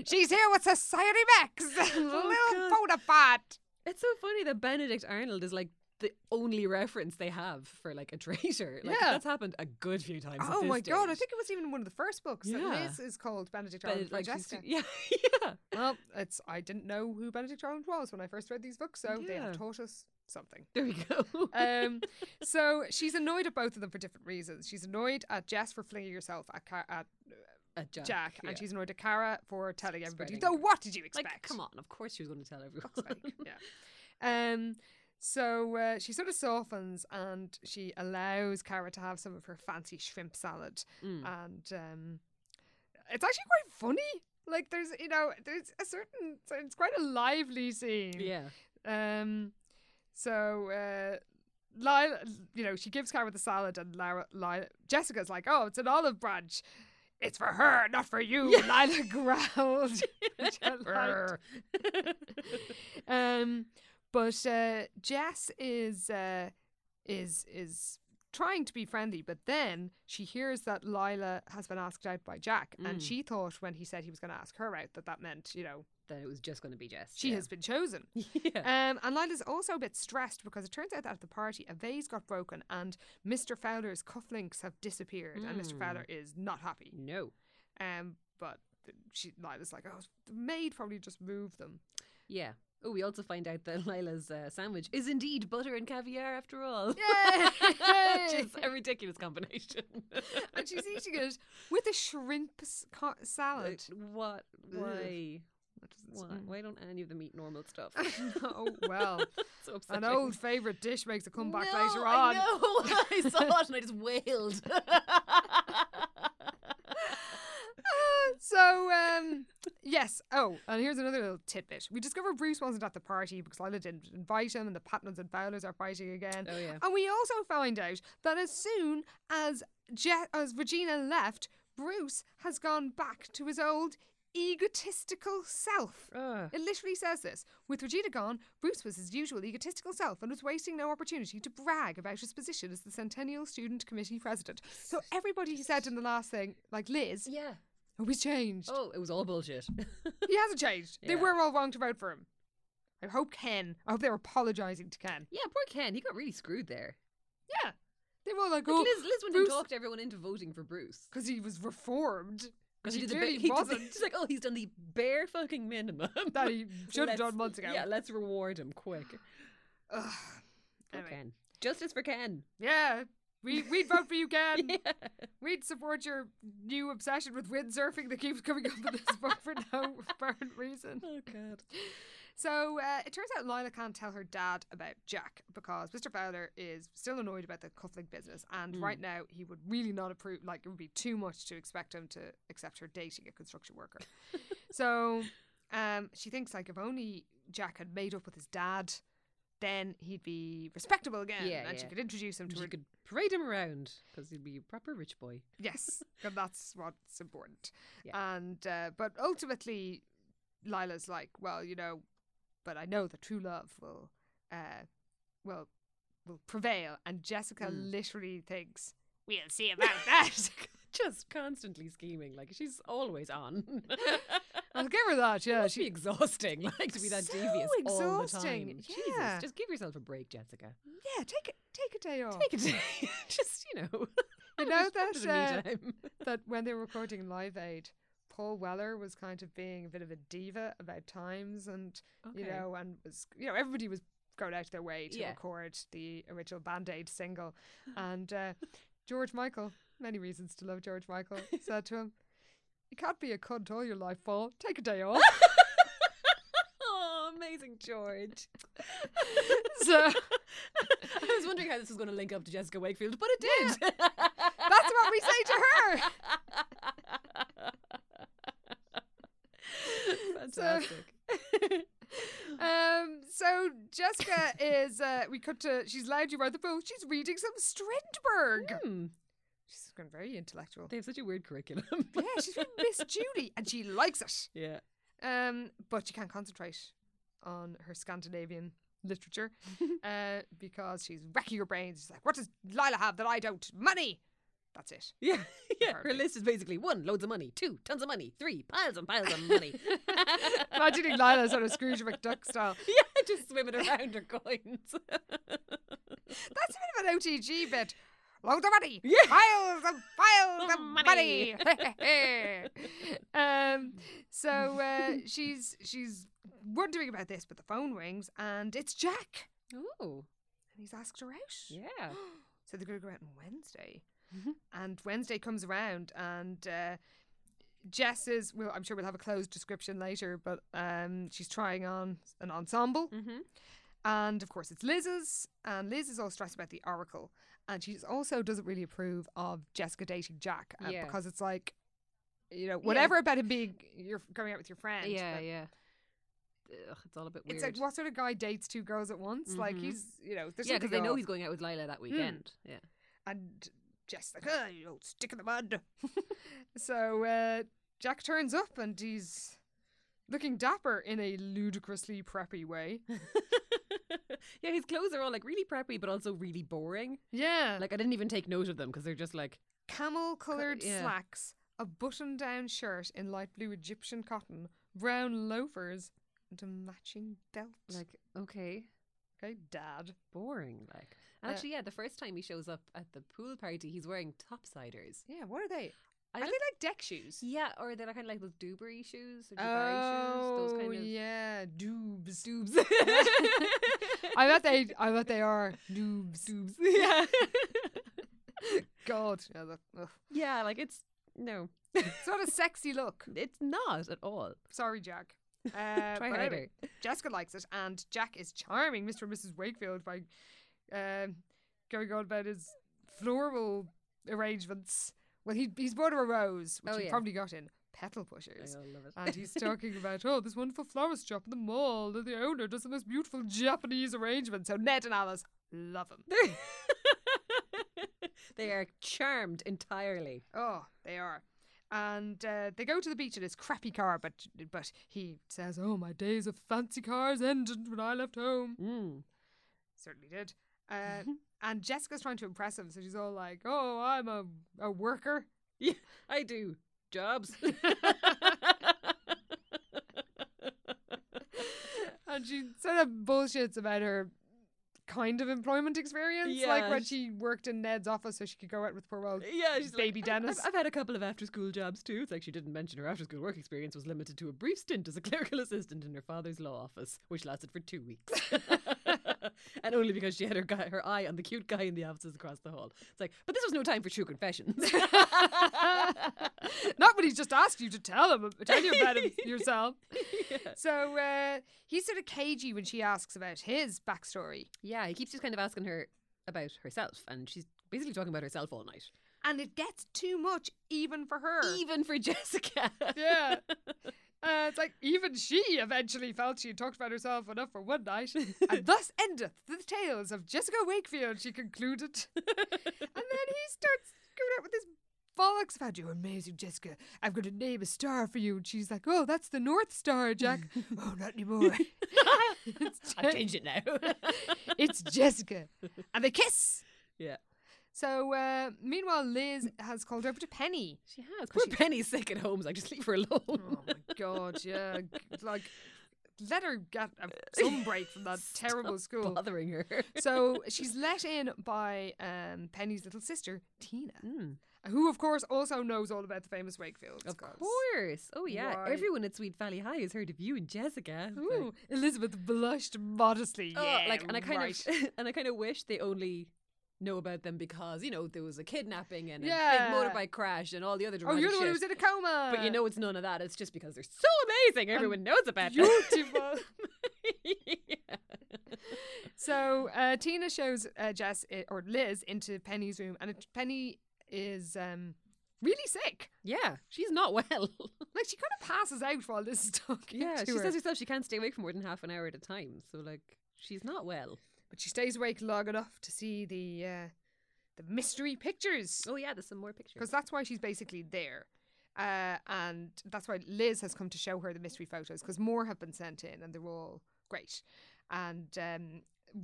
[SPEAKER 3] She's here with Society Max, little
[SPEAKER 4] God.
[SPEAKER 3] Bonaparte.
[SPEAKER 4] it's so funny that Benedict Arnold is like the only reference they have for like a traitor. Like
[SPEAKER 3] Yeah.
[SPEAKER 4] that's happened a good few times. at
[SPEAKER 3] Oh
[SPEAKER 4] this
[SPEAKER 3] my god, I
[SPEAKER 4] stage.
[SPEAKER 3] think it was even one of the first books that
[SPEAKER 4] Yeah.
[SPEAKER 3] Liz is called Benedict Arnold
[SPEAKER 4] Benedict,
[SPEAKER 3] by
[SPEAKER 4] like, she's-
[SPEAKER 3] Jessica.
[SPEAKER 4] yeah, yeah.
[SPEAKER 3] well, it's I didn't know who Benedict Arnold was when I first read these books, so they
[SPEAKER 4] Yeah.
[SPEAKER 3] have taught us something.
[SPEAKER 4] There we go.
[SPEAKER 3] Um, so she's annoyed at both of them for different reasons. She's annoyed at Jess for flinging herself at, Car- at
[SPEAKER 4] A Jack,
[SPEAKER 3] Jack,
[SPEAKER 4] yeah.
[SPEAKER 3] and she's annoyed at Cara for telling everybody.
[SPEAKER 4] Spreading
[SPEAKER 3] Though,
[SPEAKER 4] it.
[SPEAKER 3] what did you expect?
[SPEAKER 4] like, come on. Of course, she was going to tell everyone.
[SPEAKER 3] sake, yeah. Um, so uh, she sort of softens and she allows Cara to have some of her fancy shrimp salad,
[SPEAKER 4] Mm.
[SPEAKER 3] and um, it's actually quite funny. Like there's, you know, there's a certain, so it's quite a lively scene.
[SPEAKER 4] yeah.
[SPEAKER 3] Um, so uh, Lila, you know, she gives Cara the salad, and Lara, Lila, Jessica's like, "Oh, it's an olive branch." It's for her, not for you. Lila growled. which I liked.
[SPEAKER 4] Brr.
[SPEAKER 3] um, but uh, Jess is uh, is is trying to be friendly, but then she hears that Lila has been asked out by Jack, and
[SPEAKER 4] Mm.
[SPEAKER 3] she thought when he said he was going to ask her out that that meant you know
[SPEAKER 4] That it was just going to be Jess.
[SPEAKER 3] she
[SPEAKER 4] yeah.
[SPEAKER 3] has been chosen.
[SPEAKER 4] Yeah.
[SPEAKER 3] Um, and Lila's also a bit stressed because it turns out that at the party a vase got broken and Mr. Fowler's cufflinks have disappeared, and Mr.
[SPEAKER 4] Mm.
[SPEAKER 3] Fowler is not happy.
[SPEAKER 4] no.
[SPEAKER 3] Um, but she Lila's like, oh, the maid probably just moved them.
[SPEAKER 4] Yeah. Oh, we also find out that Lila's uh, sandwich is indeed butter and caviar after all.
[SPEAKER 3] Yay!
[SPEAKER 4] Which is a ridiculous combination.
[SPEAKER 3] and she's eating it with a shrimp s- co- salad.
[SPEAKER 4] Like, what? Why?
[SPEAKER 3] That doesn't
[SPEAKER 4] Why?
[SPEAKER 3] sound-
[SPEAKER 4] Why don't any of them eat normal stuff?
[SPEAKER 3] oh well,
[SPEAKER 4] so upsetting.
[SPEAKER 3] an old favourite dish makes a comeback later
[SPEAKER 4] I
[SPEAKER 3] on.
[SPEAKER 4] know. I saw it and I just wailed.
[SPEAKER 3] so um yes oh and here's another little tidbit we discover bruce wasn't at the party because lila didn't invite him and the patnans and fowlers are fighting again
[SPEAKER 4] oh yeah.
[SPEAKER 3] and we also find out that as soon as Je- as regina left bruce has gone back to his old egotistical self
[SPEAKER 4] Ugh.
[SPEAKER 3] it literally says this. With Regina gone, Bruce was his usual egotistical self and was wasting no opportunity to brag about his position as the Centennial Student Committee president. So everybody he said in the last thing, like Liz,
[SPEAKER 4] Yeah.
[SPEAKER 3] Oh, he's changed.
[SPEAKER 4] Oh, it was all bullshit.
[SPEAKER 3] He hasn't changed. They
[SPEAKER 4] Yeah.
[SPEAKER 3] were all wrong to vote for him. I hope Ken. I hope they're apologising to Ken.
[SPEAKER 4] yeah, poor Ken. He got really screwed there.
[SPEAKER 3] Yeah. They were all like,
[SPEAKER 4] Like,
[SPEAKER 3] oh,
[SPEAKER 4] Liz, Liz went
[SPEAKER 3] Bruce,
[SPEAKER 4] and talked everyone into voting for Bruce.
[SPEAKER 3] because he was reformed. Because
[SPEAKER 4] he
[SPEAKER 3] he,
[SPEAKER 4] did the ba-
[SPEAKER 3] clearly
[SPEAKER 4] he did the-
[SPEAKER 3] wasn't.
[SPEAKER 4] She's like, oh, he's done the bare fucking minimum
[SPEAKER 3] that he should have
[SPEAKER 4] Let's-
[SPEAKER 3] done months ago.
[SPEAKER 4] Yeah, let's reward him quick. Poor
[SPEAKER 3] Ugh. Anyway.
[SPEAKER 4] Ken. Justice for Ken.
[SPEAKER 3] Yeah. We, we'd vote for you, Ken.
[SPEAKER 4] Yeah.
[SPEAKER 3] We'd support your new obsession with windsurfing that keeps coming up in this book for no apparent reason.
[SPEAKER 4] Oh god.
[SPEAKER 3] So uh, it turns out Lila can't tell her dad about Jack because Mr. Fowler is still annoyed about the cufflink business, and
[SPEAKER 4] Hmm.
[SPEAKER 3] right now he would really not approve. Like it would be too much to expect him to accept her dating a construction worker. so um, she thinks like if only Jack had made up with his dad, then he'd be respectable again,
[SPEAKER 4] Yeah,
[SPEAKER 3] and she
[SPEAKER 4] yeah.
[SPEAKER 3] could introduce him to
[SPEAKER 4] You
[SPEAKER 3] her
[SPEAKER 4] could parade him around because he'd be a proper rich boy.
[SPEAKER 3] Yes, and that's what's important.
[SPEAKER 4] Yeah.
[SPEAKER 3] And uh, but ultimately, Lila's like, well, you know, but I know that true love will, uh, will, will prevail. And Jessica
[SPEAKER 4] Mm.
[SPEAKER 3] literally thinks we'll see about that.
[SPEAKER 4] Just constantly scheming, like she's always on.
[SPEAKER 3] I'll give her that. Yeah,
[SPEAKER 4] Must be
[SPEAKER 3] she.
[SPEAKER 4] exhausting, like to be that
[SPEAKER 3] So
[SPEAKER 4] devious all the
[SPEAKER 3] exhausting,
[SPEAKER 4] time.
[SPEAKER 3] yeah.
[SPEAKER 4] Jesus, just give yourself a break, Jessica.
[SPEAKER 3] Yeah, take it. Take a day off.
[SPEAKER 4] Take a day, just you know.
[SPEAKER 3] Oh, You
[SPEAKER 4] have
[SPEAKER 3] know
[SPEAKER 4] a bit of
[SPEAKER 3] that,
[SPEAKER 4] me time.
[SPEAKER 3] that when they were recording Live Aid, Paul Weller was kind of being a bit of a diva about times and you
[SPEAKER 4] Okay.
[SPEAKER 3] know, and was you know everybody was going out of their way to
[SPEAKER 4] Yeah.
[SPEAKER 3] record the original Band Aid single, and uh, George Michael, many reasons to love George Michael, said to him, "You can't be a cunt all your life, Paul. Take a day off."
[SPEAKER 4] Oh, amazing, George.
[SPEAKER 3] so
[SPEAKER 4] I was wondering how this was going to link up to Jessica Wakefield, but it did.
[SPEAKER 3] that's what we say to her.
[SPEAKER 4] Fantastic.
[SPEAKER 3] Um, so Jessica is. Uh, we cut to. She's lounging around the pool. She's reading some Strindberg.
[SPEAKER 4] Hmm.
[SPEAKER 3] She's gone very intellectual.
[SPEAKER 4] They have such a weird curriculum.
[SPEAKER 3] yeah, she's reading Miss Judy, and she likes it.
[SPEAKER 4] yeah.
[SPEAKER 3] Um, but she can't concentrate on her Scandinavian literature uh, because she's wrecking her brains. She's like, "What does Lila have that I don't? Money." That's it.
[SPEAKER 4] Yeah, yeah. Her
[SPEAKER 3] Apparently.
[SPEAKER 4] list is basically one, loads of money, two, tons of money, three, piles and piles of money.
[SPEAKER 3] Imagining Lila sort of Scrooge McDuck style.
[SPEAKER 4] yeah, just swimming around her coins.
[SPEAKER 3] That's a bit of an OTG bit. Loads of money.
[SPEAKER 4] Yeah.
[SPEAKER 3] Piles and piles of money.
[SPEAKER 4] Money.
[SPEAKER 3] um, so uh, she's she's wondering about this, but the phone rings and it's Jack,
[SPEAKER 4] oh,
[SPEAKER 3] and he's asked her out.
[SPEAKER 4] yeah.
[SPEAKER 3] So they're going to go out on Wednesday,
[SPEAKER 4] Mhm.
[SPEAKER 3] and Wednesday comes around, and uh, Jess is. Well, I'm sure we'll have a closed description later, but um, she's trying on an ensemble.
[SPEAKER 4] Mm-hmm.
[SPEAKER 3] And of course, it's Liz's, and Liz is all stressed about the Oracle. And she also doesn't really approve of Jessica dating Jack uh,
[SPEAKER 4] Yeah.
[SPEAKER 3] because it's like, you know, whatever about him being you're going out with your friend.
[SPEAKER 4] yeah,
[SPEAKER 3] but
[SPEAKER 4] yeah. Ugh, it's all a bit weird.
[SPEAKER 3] It's like what sort of guy dates two girls at once? Like
[SPEAKER 4] Mhm.
[SPEAKER 3] he's, you know, there's
[SPEAKER 4] yeah,
[SPEAKER 3] because
[SPEAKER 4] because they know he's going out with Lila that weekend. Yeah.
[SPEAKER 3] and Jess like, oh, you old stick in the mud. so uh, Jack turns up and he's looking dapper in a ludicrously preppy way.
[SPEAKER 4] yeah, his clothes are all like really preppy, but also really boring.
[SPEAKER 3] Yeah,
[SPEAKER 4] Like I didn't even take note of them because they're just like
[SPEAKER 3] camel coloured
[SPEAKER 4] yeah.
[SPEAKER 3] slacks, a button down shirt in light blue Egyptian cotton, brown loafers, and a matching belt.
[SPEAKER 4] like okay,
[SPEAKER 3] okay, dad.
[SPEAKER 4] boring. Like And
[SPEAKER 3] Uh,
[SPEAKER 4] actually, yeah, the first time he shows up at the pool party, he's wearing topsiders.
[SPEAKER 3] Yeah, what are they?
[SPEAKER 4] I
[SPEAKER 3] are they
[SPEAKER 4] don't-
[SPEAKER 3] like deck shoes?
[SPEAKER 4] Yeah, or they're kind of like those Dewberry shoes or Dewberry
[SPEAKER 3] Oh,
[SPEAKER 4] shoes. Those kind of
[SPEAKER 3] yeah, doobs.
[SPEAKER 4] Doobs.
[SPEAKER 3] I bet they. I bet they are doobs.
[SPEAKER 4] Doobs. Yeah.
[SPEAKER 3] God, yeah, that, ugh.
[SPEAKER 4] yeah, like it's no.
[SPEAKER 3] It's not a sexy look.
[SPEAKER 4] It's not at all.
[SPEAKER 3] Sorry, Jack. Uh,
[SPEAKER 4] Try
[SPEAKER 3] but
[SPEAKER 4] harder.
[SPEAKER 3] Jessica likes it, and Jack is charming Mr. and Mrs. Wakefield by um, going on about his floral arrangements. Well, he, he's bought her a rose, which
[SPEAKER 4] Oh,
[SPEAKER 3] he
[SPEAKER 4] yeah.
[SPEAKER 3] probably got in petal pushers.
[SPEAKER 4] love
[SPEAKER 3] And he's talking about, oh, this wonderful florist shop in the mall that the owner does the most beautiful Japanese arrangements. So Ned and Alice love him.
[SPEAKER 4] they are charmed entirely.
[SPEAKER 3] Oh, they are. And uh, they go to the beach in his crappy car, but but he says, "Oh, my days of fancy cars ended when I left home."
[SPEAKER 4] Mm. Mm-hmm.
[SPEAKER 3] Certainly did. Uh, and Jessica's trying to impress him, so she's all like, "Oh, I'm a a worker."
[SPEAKER 4] Yeah, I do jobs.
[SPEAKER 3] And she sort of bullshits about her kind of employment experience, like
[SPEAKER 4] Yeah,
[SPEAKER 3] when
[SPEAKER 4] sh-
[SPEAKER 3] she worked in Ned's office so she could go out with poor old
[SPEAKER 4] yeah, she's
[SPEAKER 3] baby
[SPEAKER 4] like, "I've-
[SPEAKER 3] Dennis.
[SPEAKER 4] I've, I've had a couple of after-school jobs too. It's like she didn't mention her after-school work experience was limited to a brief stint as a clerical assistant in her father's law office, which lasted for two weeks, and only because she had her guy, her eye on the cute guy in the offices across the hall. It's like, but this was no time for true confessions.
[SPEAKER 3] Not when he's just asked you to tell him, tell you about him yourself. So uh, he's sort of cagey when she asks about his backstory,
[SPEAKER 4] yeah, he keeps just kind of asking her about herself, and she's basically talking about herself all night,
[SPEAKER 3] and it gets too much even for her.
[SPEAKER 4] even for Jessica.
[SPEAKER 3] Yeah. Uh, it's like even she eventually felt she had talked about herself enough for one night, and thus endeth the tales of Jessica Wakefield. She concluded, and then he starts going out with this bollocks about you, amazing Jessica. I'm going to name a star for you, and she's like, "Oh, that's the North Star, Jack." oh, not anymore. it's, Je-
[SPEAKER 4] I've changed it now.
[SPEAKER 3] it's Jessica, and they kiss.
[SPEAKER 4] yeah.
[SPEAKER 3] So uh, meanwhile, Liz has called over to Penny.
[SPEAKER 4] She has. Poor Penny's sick at home. so I just leave her alone.
[SPEAKER 3] Oh my god, yeah. g- Like, let her get a, some break from that terrible school.
[SPEAKER 4] Bothering her.
[SPEAKER 3] So she's let in by um, Penny's little sister, Tina,
[SPEAKER 4] Mm.
[SPEAKER 3] who, of course, also knows all about the famous Wakefields.
[SPEAKER 4] Of
[SPEAKER 3] 'cause-
[SPEAKER 4] course. Oh yeah.
[SPEAKER 3] Why?
[SPEAKER 4] Everyone at Sweet Valley High has heard of you and Jessica. It's like,
[SPEAKER 3] Ooh, Elizabeth blushed modestly.
[SPEAKER 4] oh,
[SPEAKER 3] yeah,
[SPEAKER 4] like, and I kind
[SPEAKER 3] right.
[SPEAKER 4] of, and I kind of wish they only know about them because you know there was a kidnapping and
[SPEAKER 3] Yeah.
[SPEAKER 4] a big motorbike crash and all the other.
[SPEAKER 3] Oh,
[SPEAKER 4] Dramatic
[SPEAKER 3] you're the one
[SPEAKER 4] shit.
[SPEAKER 3] who was in a coma.
[SPEAKER 4] But you know it's none of that. Um, It's just because they're so amazing. Everyone knows about them.
[SPEAKER 3] beautiful.
[SPEAKER 4] yeah.
[SPEAKER 3] So uh, Tina shows uh, Jess i- or Liz into Penny's room, and it, Penny is um, really sick.
[SPEAKER 4] Yeah, she's not well.
[SPEAKER 3] Like she kind of passes out while this is talking.
[SPEAKER 4] yeah,
[SPEAKER 3] to
[SPEAKER 4] she
[SPEAKER 3] her.
[SPEAKER 4] says herself she can't stay awake for more than half an hour at a time. So like, she's not well.
[SPEAKER 3] but she stays awake long enough to see the uh, the mystery pictures
[SPEAKER 4] Oh yeah, there's some more pictures.
[SPEAKER 3] because that's why she's basically there. Uh, and that's why Liz has come to show her the mystery photos because more have been sent in and they're all great. And um,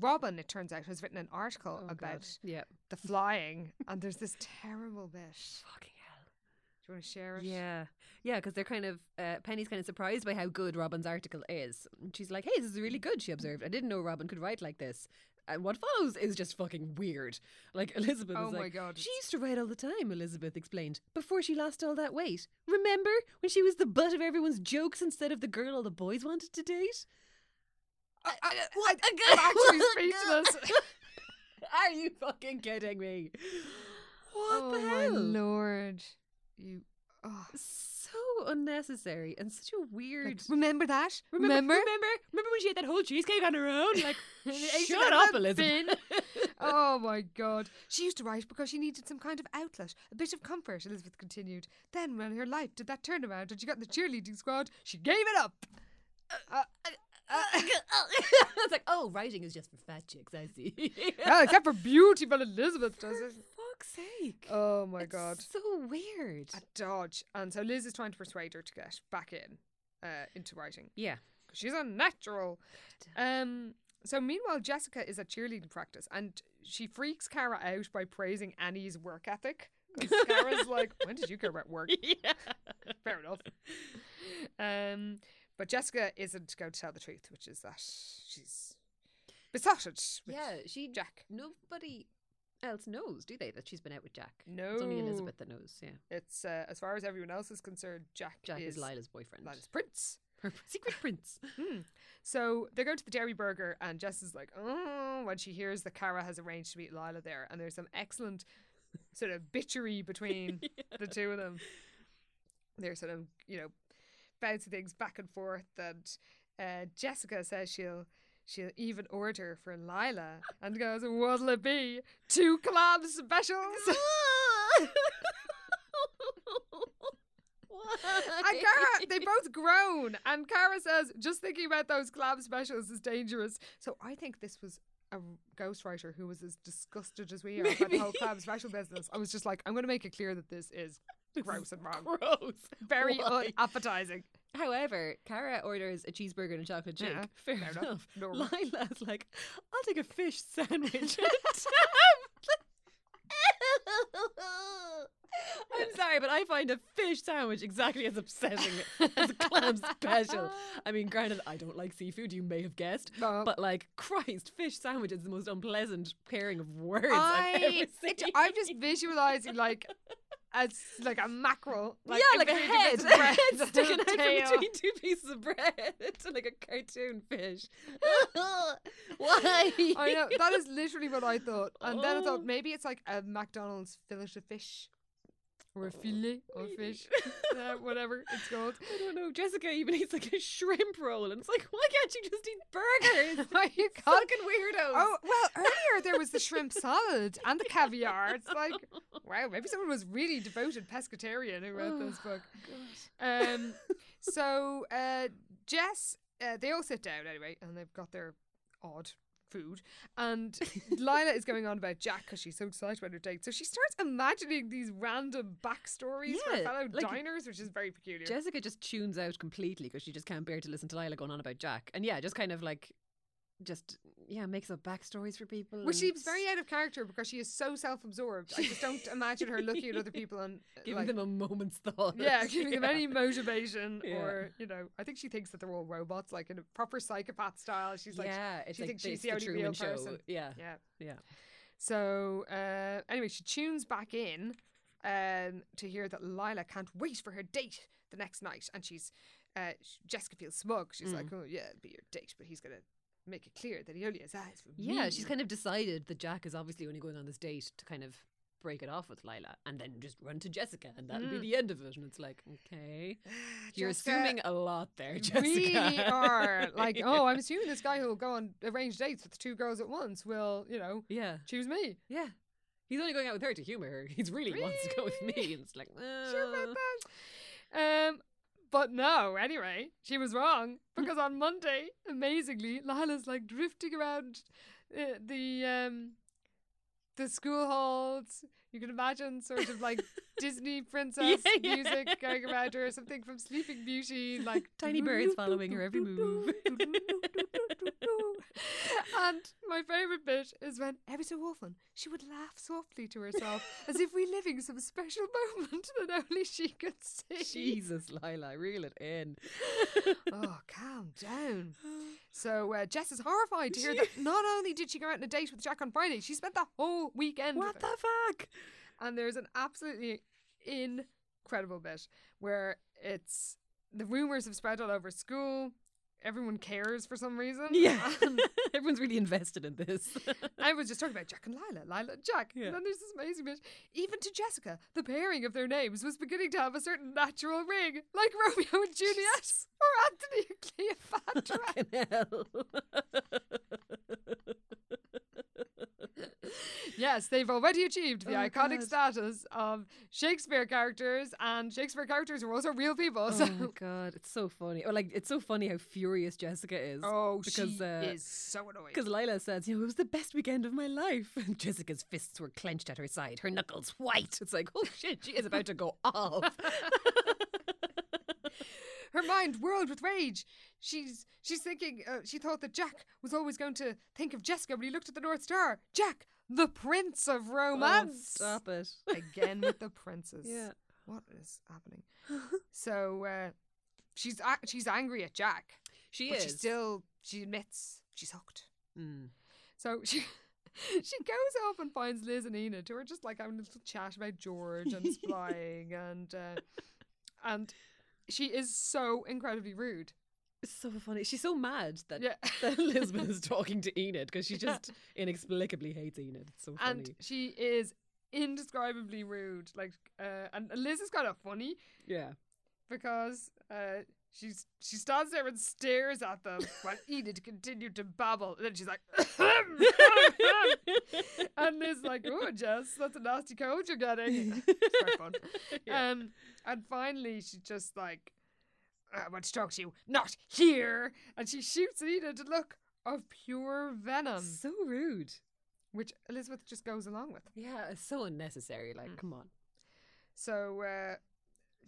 [SPEAKER 3] Robin, it turns out, has written an article
[SPEAKER 4] Oh, God.
[SPEAKER 3] about
[SPEAKER 4] yeah,
[SPEAKER 3] the flying, and there's this terrible bit.
[SPEAKER 4] fucking hell.
[SPEAKER 3] Do you want to share it?
[SPEAKER 4] Yeah, yeah, because they're kind of uh, Penny's kind of surprised by how good Robin's article is. And she's like, "Hey, this is really good." She observed. I didn't know Robin could write like this. And what follows is just fucking weird. Like Elizabeth
[SPEAKER 3] Oh
[SPEAKER 4] is
[SPEAKER 3] my
[SPEAKER 4] like,
[SPEAKER 3] God,
[SPEAKER 4] she
[SPEAKER 3] it's-
[SPEAKER 4] used to write all the time. Elizabeth explained before she lost all that weight. Remember when she was the butt of everyone's jokes instead of the girl all the boys wanted to date?
[SPEAKER 3] I, I,
[SPEAKER 4] What?
[SPEAKER 3] I, am actually speechless.
[SPEAKER 4] Are you fucking kidding me? What
[SPEAKER 3] oh
[SPEAKER 4] the
[SPEAKER 3] my
[SPEAKER 4] hell?
[SPEAKER 3] lord! You. Oh.
[SPEAKER 4] So unnecessary and such a
[SPEAKER 3] Like,
[SPEAKER 4] weird.
[SPEAKER 3] remember that?
[SPEAKER 4] remember, remember, remember when she had that whole cheesecake on her own? Like, shut up, Elizabeth.
[SPEAKER 3] oh my god. She used to write because she needed some kind of outlet, a bit of comfort, Elizabeth continued. Then, when her life did that turnaround and she got in the cheerleading squad, she gave it up. Uh, uh,
[SPEAKER 4] it's like, oh, writing is just for fat chicks. I see.
[SPEAKER 3] yeah, except for beautiful Elizabeth does it.
[SPEAKER 4] fuck's sake!
[SPEAKER 3] Oh my
[SPEAKER 4] It's
[SPEAKER 3] god.
[SPEAKER 4] so weird.
[SPEAKER 3] A dodge. And so Liz is trying to persuade her to get back in, uh, into writing.
[SPEAKER 4] yeah,
[SPEAKER 3] because she's a natural. Um. So meanwhile, Jessica is at cheerleading practice, and she freaks Cara out by praising Annie's work ethic. 'Cause Cara's like, "When did you care about work?"
[SPEAKER 4] yeah.
[SPEAKER 3] Fair enough. Um. But Jessica isn't going to tell the truth, which is that she's besotted. With
[SPEAKER 4] Yeah, she-
[SPEAKER 3] Jack.
[SPEAKER 4] Nobody else knows, do they? That she's been out with Jack. it's only
[SPEAKER 3] No.
[SPEAKER 4] Elizabeth that knows. Yeah,
[SPEAKER 3] It's uh, as far as everyone else is concerned. Jack,
[SPEAKER 4] Jack is, Lila's boyfriend,
[SPEAKER 3] Lila's prince.
[SPEAKER 4] her secret prince.
[SPEAKER 3] Hmm. So they go to the Dairy Burger, and Jess is like, oh, when she hears that Cara has arranged to meet Lila there. And there's some excellent sort of bitchery between the two of them. They're sort of, you know, bouncing things back and forth. And uh, Jessica says she'll. She'll even order for Lila and goes, What'll it be? Two collab specials. And Cara, they both groan. And Cara says, just thinking about those collab specials is dangerous. So I think this was a ghostwriter who was as disgusted as we are about the whole collab special business. I was just like, I'm going to make it clear that this is gross and wrong.
[SPEAKER 4] gross.
[SPEAKER 3] Very
[SPEAKER 4] Why?
[SPEAKER 3] unappetizing.
[SPEAKER 4] However, Cara orders a cheeseburger and a chocolate chip.
[SPEAKER 3] Yeah,
[SPEAKER 4] fair,
[SPEAKER 3] fair enough.
[SPEAKER 4] enough.
[SPEAKER 3] Normal.
[SPEAKER 4] Lila's like, I'll take a fish sandwich. I'm sorry, but I find a fish sandwich exactly as upsetting as a clam special. I mean, granted, I don't like seafood, you may have guessed.
[SPEAKER 3] No.
[SPEAKER 4] But like, Christ, fish sandwich is the most unpleasant pairing of words I, have
[SPEAKER 3] I,
[SPEAKER 4] ever seen.
[SPEAKER 3] it- I'm just visualizing like as like a mackerel, like
[SPEAKER 4] yeah,
[SPEAKER 3] in
[SPEAKER 4] like a
[SPEAKER 3] between two
[SPEAKER 4] head,
[SPEAKER 3] bits of bread,
[SPEAKER 4] head sticking
[SPEAKER 3] and
[SPEAKER 4] out
[SPEAKER 3] a tail.
[SPEAKER 4] from between two pieces of bread, like a cartoon fish. Why?
[SPEAKER 3] I know that is literally what I thought, and then I
[SPEAKER 4] Oh.
[SPEAKER 3] thought maybe it's like a McDonald's fillet of fish, or a fillet of fish, uh, whatever it's called.
[SPEAKER 4] I don't know. Jessica even eats like a shrimp roll, and it's like, why can't you just eat burgers?
[SPEAKER 3] Why you can't-
[SPEAKER 4] Fucking weirdos.
[SPEAKER 3] Oh well, earlier there was the shrimp salad and the caviar. It's like, wow, maybe someone was really devoted pescatarian who wrote this book.
[SPEAKER 4] Oh
[SPEAKER 3] Um, so uh, Jess, uh, they all sit down anyway, and they've got their odd food. And Lila is going on about Jack because she's so excited about her date. So she starts imagining these random backstories for
[SPEAKER 4] Yeah,
[SPEAKER 3] fellow
[SPEAKER 4] like-
[SPEAKER 3] diners, which is very peculiar.
[SPEAKER 4] Jessica just tunes out completely because she just can't bear to listen to Lila going on about Jack, and yeah, just kind of like, just yeah, makes up backstories for people.
[SPEAKER 3] which
[SPEAKER 4] and
[SPEAKER 3] seems very out of character because she is so self-absorbed. I just don't imagine her looking at other people and uh,
[SPEAKER 4] giving
[SPEAKER 3] like,
[SPEAKER 4] them a moment's thought.
[SPEAKER 3] yeah, giving them any motivation
[SPEAKER 4] Yeah.
[SPEAKER 3] or you know, I think she thinks that they're all robots, like in a proper psychopath style. She's like,
[SPEAKER 4] yeah, it's
[SPEAKER 3] she
[SPEAKER 4] like
[SPEAKER 3] thinks
[SPEAKER 4] this,
[SPEAKER 3] she's the only
[SPEAKER 4] Truman
[SPEAKER 3] real
[SPEAKER 4] show.
[SPEAKER 3] person.
[SPEAKER 4] Yeah,
[SPEAKER 3] yeah.
[SPEAKER 4] yeah.
[SPEAKER 3] So uh, anyway, she tunes back in um, to hear that Lila can't wait for her date the next night, and she's uh, sh- Jessica feels smug. She's
[SPEAKER 4] Mm.
[SPEAKER 3] like, "Oh yeah, it'll be your date, but he's gonna make it clear that he only has eyes for me."
[SPEAKER 4] Yeah, she's kind of decided that Jack is obviously only going on this date to kind of break it off with Lila and then just run to Jessica and that'll be the end of it. And it's like, okay. You're
[SPEAKER 3] Hmm. Jessica,
[SPEAKER 4] assuming a lot there, Jessica.
[SPEAKER 3] We are like, oh, I'm assuming this guy who'll go on arrange dates with two girls at once will, you know,
[SPEAKER 4] Yeah.
[SPEAKER 3] choose me.
[SPEAKER 4] Yeah. He's only going out with her to humor her. He's really, wants to go with me. And it's like,
[SPEAKER 3] Sure
[SPEAKER 4] "Uh,
[SPEAKER 3] about that. Um, but no, anyway, she was wrong because on Monday, amazingly, Lila's like drifting around uh, the um, the school halls. You can imagine sort of like Disney princess
[SPEAKER 4] yeah.
[SPEAKER 3] music going around her, something from Sleeping Beauty, like
[SPEAKER 4] Tiny birds following her every move.
[SPEAKER 3] and my favourite bit is when every so often she would laugh softly to herself as if reliving some special moment that only she could see.
[SPEAKER 4] Jesus, Lila, reel it in.
[SPEAKER 3] Oh, calm down. So uh, Jess is horrified to hear that not only did she go out on a date with Jack on Friday, she spent the whole weekend with
[SPEAKER 4] what
[SPEAKER 3] him.
[SPEAKER 4] the fuck?
[SPEAKER 3] and there's an absolutely incredible bit where it's the rumors have spread all over school. Everyone cares for some reason.
[SPEAKER 4] Yeah.
[SPEAKER 3] And
[SPEAKER 4] Everyone's really invested in this.
[SPEAKER 3] I was just talking about Jack and Lila, Lila and Jack.
[SPEAKER 4] Yeah.
[SPEAKER 3] And then there's this amazing bit. Even to Jessica, the pairing of their names was beginning to have a certain natural ring, like Romeo and Juliet or Anthony and Cleopatra.
[SPEAKER 4] Fucking hell.
[SPEAKER 3] yes, they've already achieved the
[SPEAKER 4] Oh,
[SPEAKER 3] iconic
[SPEAKER 4] God.
[SPEAKER 3] status of Shakespeare characters, and Shakespeare characters are also real people. so.
[SPEAKER 4] oh my god, it's so funny. Or like, it's so funny how furious Jessica is.
[SPEAKER 3] Oh,
[SPEAKER 4] because,
[SPEAKER 3] she
[SPEAKER 4] uh,
[SPEAKER 3] is so annoying.
[SPEAKER 4] Because Lila says, you know, it was the best weekend of my life. And Jessica's fists were clenched at her side, her knuckles white. It's like, oh shit, she is about to go off.
[SPEAKER 3] her mind whirled with rage. She's she's thinking. Uh, she thought that Jack was always going to think of Jessica when he looked at the North Star. Jack, the Prince of Romance.
[SPEAKER 4] Oh, stop it.
[SPEAKER 3] Again with the princes.
[SPEAKER 4] Yeah.
[SPEAKER 3] What is happening? so uh, she's a- she's angry at Jack,
[SPEAKER 4] She
[SPEAKER 3] but
[SPEAKER 4] is.
[SPEAKER 3] she still she admits she's hooked.
[SPEAKER 4] Mm.
[SPEAKER 3] So she she goes off and finds Liz and Enid, who are just like having a little chat about George and spying, and uh, and she is so incredibly rude.
[SPEAKER 4] It's so funny. She's so mad that,
[SPEAKER 3] Yeah.
[SPEAKER 4] that Elizabeth is talking to Enid because she just inexplicably hates Enid. It's so funny.
[SPEAKER 3] and she is indescribably rude. Like, uh, and Liz is kind of funny
[SPEAKER 4] yeah.
[SPEAKER 3] because uh, she's she stands there and stares at them while Enid continued to babble. And then she's like,
[SPEAKER 4] Oh
[SPEAKER 3] and Liz is like, oh, Jess, that's a nasty cold you're getting. it's quite fun.
[SPEAKER 4] Yeah.
[SPEAKER 3] Um, and finally, she just like, I want to talk to you, not here. And she shoots Enid a look of pure venom,
[SPEAKER 4] so rude.
[SPEAKER 3] which Elizabeth just goes along with.
[SPEAKER 4] Yeah, it's so unnecessary.
[SPEAKER 3] Mm.
[SPEAKER 4] Like, come on.
[SPEAKER 3] So uh,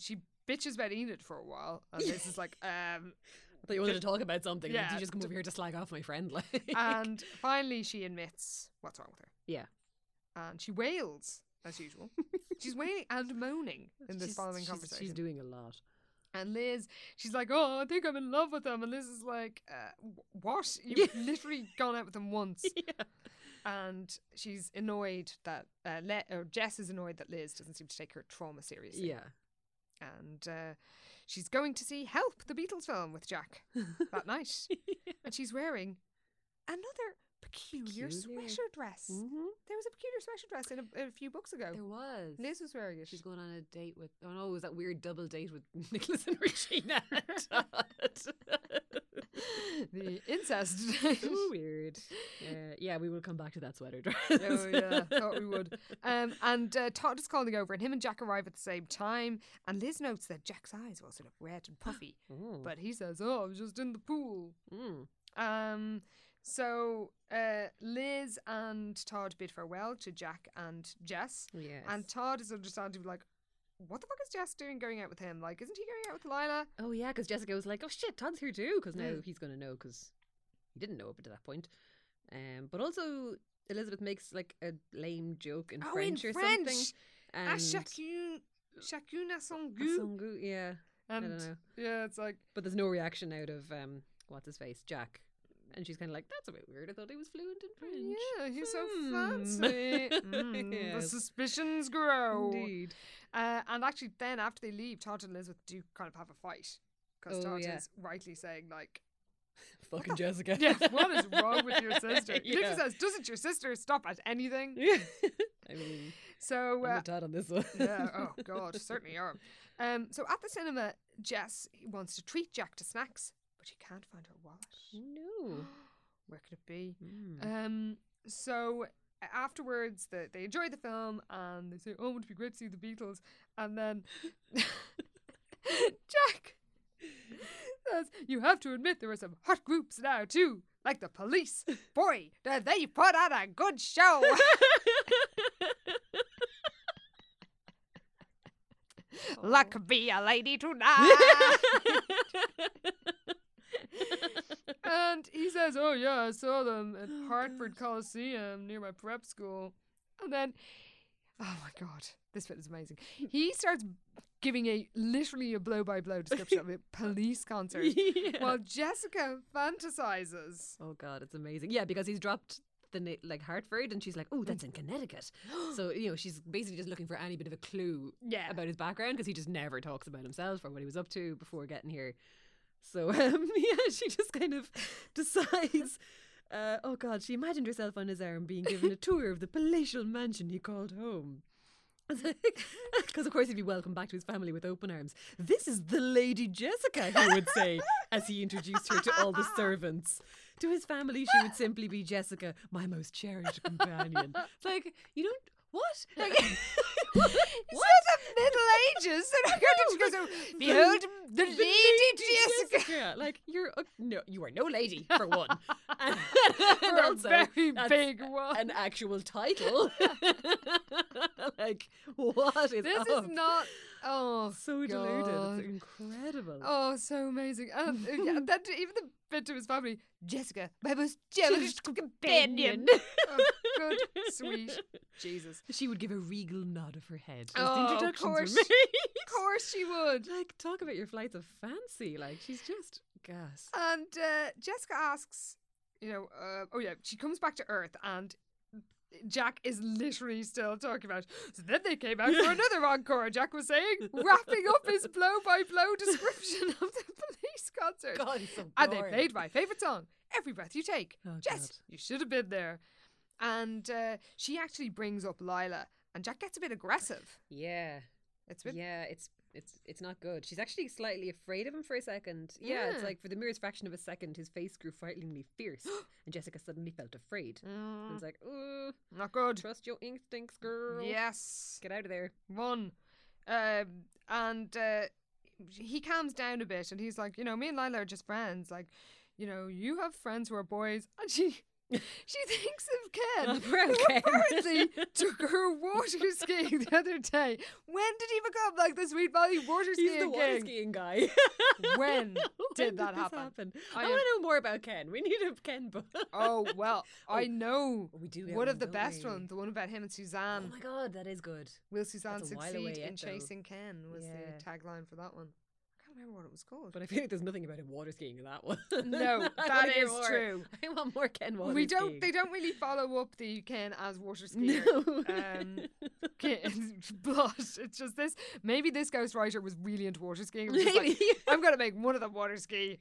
[SPEAKER 3] she bitches about Enid for a while, and this is like, um,
[SPEAKER 4] I thought you wanted to talk about something. Yeah,
[SPEAKER 3] yeah, Um,
[SPEAKER 4] you just come over here to slag off my friend. Like,
[SPEAKER 3] and finally she admits what's wrong with her,
[SPEAKER 4] yeah.
[SPEAKER 3] and she wails as usual. she's wailing and moaning in this
[SPEAKER 4] She's-
[SPEAKER 3] following
[SPEAKER 4] she's-
[SPEAKER 3] conversation.
[SPEAKER 4] She's doing a lot.
[SPEAKER 3] And Liz, she's like, "Oh, I think I'm in love with him." And Liz is like, uh, wh- "What? You've literally gone out with him once." And she's annoyed that uh, Le- or Jess is annoyed that Liz doesn't seem to take her trauma seriously.
[SPEAKER 4] Yeah.
[SPEAKER 3] And uh, she's going to see Help, the Beatles film with Jack that night, and she's wearing another peculiar,
[SPEAKER 4] Peculiar. Hmm?
[SPEAKER 3] sweater dress. There was a peculiar sweater dress in a, in a few books ago.
[SPEAKER 4] There was.
[SPEAKER 3] Liz was wearing Mm-hmm. it.
[SPEAKER 4] She's going on a date with. Oh no, it was that weird double date with Nicholas and Regina. Todd.
[SPEAKER 3] the incest.
[SPEAKER 4] so weird. Uh, yeah, we will come back to that sweater dress.
[SPEAKER 3] Oh yeah, thought we would. Um, and uh, Todd is calling over, and him and Jack arrive at the same time. And Liz notes that Jack's eyes were sort of red and puffy,
[SPEAKER 4] Mm.
[SPEAKER 3] but he says, "Oh, I was just in the pool."
[SPEAKER 4] Mm.
[SPEAKER 3] Um, so uh, Liz and Todd bid farewell to Jack and Jess,
[SPEAKER 4] Yes.
[SPEAKER 3] and Todd is understandably like, "What the fuck is Jess doing going out with him? Like, isn't he going out with Lila?"
[SPEAKER 4] oh yeah, because Jessica was like, "Oh shit, Todd's here too," because now
[SPEAKER 3] Mm.
[SPEAKER 4] he's going to know because he didn't know up until that point. Um, but also Elizabeth makes like a lame joke in
[SPEAKER 3] Oh, in
[SPEAKER 4] French or
[SPEAKER 3] French!
[SPEAKER 4] something. And
[SPEAKER 3] Ah, chacune, chacune a son
[SPEAKER 4] Ah,
[SPEAKER 3] goût.
[SPEAKER 4] son goût, yeah,
[SPEAKER 3] And
[SPEAKER 4] I don't know.
[SPEAKER 3] yeah, it's like
[SPEAKER 4] But there's no reaction out of um, what's his face, Jack. And she's kind of like, "That's a bit weird. I thought he was fluent in French."
[SPEAKER 3] Yeah, he's so
[SPEAKER 4] Hmm.
[SPEAKER 3] fancy. Mm, The
[SPEAKER 4] Yes.
[SPEAKER 3] suspicions grow.
[SPEAKER 4] Indeed.
[SPEAKER 3] Uh, and actually, then after they leave, Todd and Elizabeth do kind of have a fight because
[SPEAKER 4] Oh,
[SPEAKER 3] Todd
[SPEAKER 4] yeah.
[SPEAKER 3] is rightly saying like,
[SPEAKER 4] Fucking Jessica.
[SPEAKER 3] "Yeah, what is wrong with your sister?" He
[SPEAKER 4] yeah.
[SPEAKER 3] literally says, "Doesn't your sister stop at anything?"
[SPEAKER 4] Yeah. I mean,
[SPEAKER 3] So.
[SPEAKER 4] I'm
[SPEAKER 3] Uh,
[SPEAKER 4] with Todd on this one.
[SPEAKER 3] yeah, oh god, certainly are. Um, so at the cinema, Jess wants to treat Jack to snacks, but she can't find her wallet.
[SPEAKER 4] no.
[SPEAKER 3] Hmm. Where could it be?
[SPEAKER 4] Mm.
[SPEAKER 3] Um, so a- afterwards, the, they enjoy the film and they say, "Oh, would it be great to see the Beatles?" And then Jack says, "You have to admit there are some hot groups now too, like the Police. Boy, do they put on a good show." Luck be a lady tonight. and he says, "Oh yeah, I saw them at Hartford Coliseum near my prep school." And then, oh my god, this bit is amazing. He starts giving a literally a blow by blow description of a police concert, while Jessica fantasizes.
[SPEAKER 4] Oh God, it's amazing. Yeah, because he's dropped the na- like Hartford, and she's like, "Oh, that's in Connecticut." so you know, she's basically just looking for any bit of a clue
[SPEAKER 3] Yeah.
[SPEAKER 4] about his background because he just never talks about himself or what he was up to before getting here. So um, yeah, she just kind of decides. Uh, oh God, she imagined herself on his arm being given a tour of the palatial mansion he called home. Because of course he'd be welcomed back to his family with open arms. This is the Lady Jessica, he would say as he introduced her to all the servants. To his family, she would simply be Jessica, my most cherished companion. It's like you don't what? Like,
[SPEAKER 3] It's not the Middle Ages. They're not going to go, "Oh, behold the lady Jessica.
[SPEAKER 4] Like you're a, no, you are no lady for one, and,
[SPEAKER 3] For
[SPEAKER 4] and
[SPEAKER 3] a
[SPEAKER 4] also
[SPEAKER 3] very
[SPEAKER 4] that's
[SPEAKER 3] big one.
[SPEAKER 4] an actual title. like what is
[SPEAKER 3] This
[SPEAKER 4] up?
[SPEAKER 3] is not. Oh,
[SPEAKER 4] so
[SPEAKER 3] God.
[SPEAKER 4] deluded. It's incredible.
[SPEAKER 3] Oh, so amazing. And, uh, yeah, and then to- even the bit to his family, Jessica, my most cherished companion. oh, good, sweet Jesus.
[SPEAKER 4] She would give a regal nod of her head. as the
[SPEAKER 3] Oh, of
[SPEAKER 4] introductions were
[SPEAKER 3] course.
[SPEAKER 4] made.
[SPEAKER 3] Of course she would.
[SPEAKER 4] Like, talk about your flights of fancy. Like, she's just gas.
[SPEAKER 3] And uh, Jessica asks, you know, uh, oh yeah, she comes back to Earth and Jack is literally still talking about. it. So then they came out for another encore, Jack was saying, wrapping up his blow by blow description of the police concert.
[SPEAKER 4] Oh, God, he's so
[SPEAKER 3] and they
[SPEAKER 4] boring.
[SPEAKER 3] played my favourite song, Every Breath You Take.
[SPEAKER 4] Oh,
[SPEAKER 3] Jess,
[SPEAKER 4] God.
[SPEAKER 3] you should have been there. And uh, she actually brings up Lila, and Jack gets a bit aggressive.
[SPEAKER 4] Yeah,
[SPEAKER 3] It's a bit
[SPEAKER 4] yeah. It's it's it's not good. She's actually slightly afraid of him for a second. Yeah,
[SPEAKER 3] Yeah.
[SPEAKER 4] it's like for the merest fraction of a second, his face grew frighteningly fierce, and Jessica suddenly felt afraid. And it's like, ooh,
[SPEAKER 3] Mm, not good.
[SPEAKER 4] trust your instincts, girl.
[SPEAKER 3] Yes.
[SPEAKER 4] get out of there.
[SPEAKER 3] one. Um, and uh, he calms down a bit and he's like, you know, me and Lila are just friends. Like, you know, you have friends who are boys. And she she thinks of Ken.
[SPEAKER 4] Oh, poor
[SPEAKER 3] who
[SPEAKER 4] Ken.
[SPEAKER 3] apparently took her water skiing the other day. When did he become like the Sweet Valley water
[SPEAKER 4] He's the
[SPEAKER 3] skiing
[SPEAKER 4] water
[SPEAKER 3] king?
[SPEAKER 4] skiing guy.
[SPEAKER 3] When
[SPEAKER 4] When
[SPEAKER 3] did that
[SPEAKER 4] this
[SPEAKER 3] happen? I
[SPEAKER 4] I,
[SPEAKER 3] am-
[SPEAKER 4] want to know more about Ken. We need a Ken book.
[SPEAKER 3] Oh well, I know
[SPEAKER 4] we do get
[SPEAKER 3] one of
[SPEAKER 4] one,
[SPEAKER 3] the
[SPEAKER 4] don't
[SPEAKER 3] best
[SPEAKER 4] we?
[SPEAKER 3] ones, Um, the one about him and
[SPEAKER 4] oh
[SPEAKER 3] Suzanne.
[SPEAKER 4] my god, that is good.
[SPEAKER 3] Will Suzanne
[SPEAKER 4] That's a while
[SPEAKER 3] succeed
[SPEAKER 4] away
[SPEAKER 3] in
[SPEAKER 4] yet, though.
[SPEAKER 3] chasing Ken? Was
[SPEAKER 4] Yeah.
[SPEAKER 3] the tagline for that one? I can't remember what it was called.
[SPEAKER 4] But I feel like there's nothing about him water skiing in that one.
[SPEAKER 3] No,
[SPEAKER 4] I
[SPEAKER 3] that
[SPEAKER 4] wanna hear
[SPEAKER 3] is
[SPEAKER 4] more.
[SPEAKER 3] true.
[SPEAKER 4] I want more Ken water
[SPEAKER 3] we don't. They
[SPEAKER 4] skiing.
[SPEAKER 3] don't really follow up the Ken as water skier.
[SPEAKER 4] No.
[SPEAKER 3] Um, Ken, blood. It's just this. Maybe this ghostwriter was really into water skiing. and was just like,
[SPEAKER 4] Maybe.
[SPEAKER 3] I'm gonna make one of them water ski.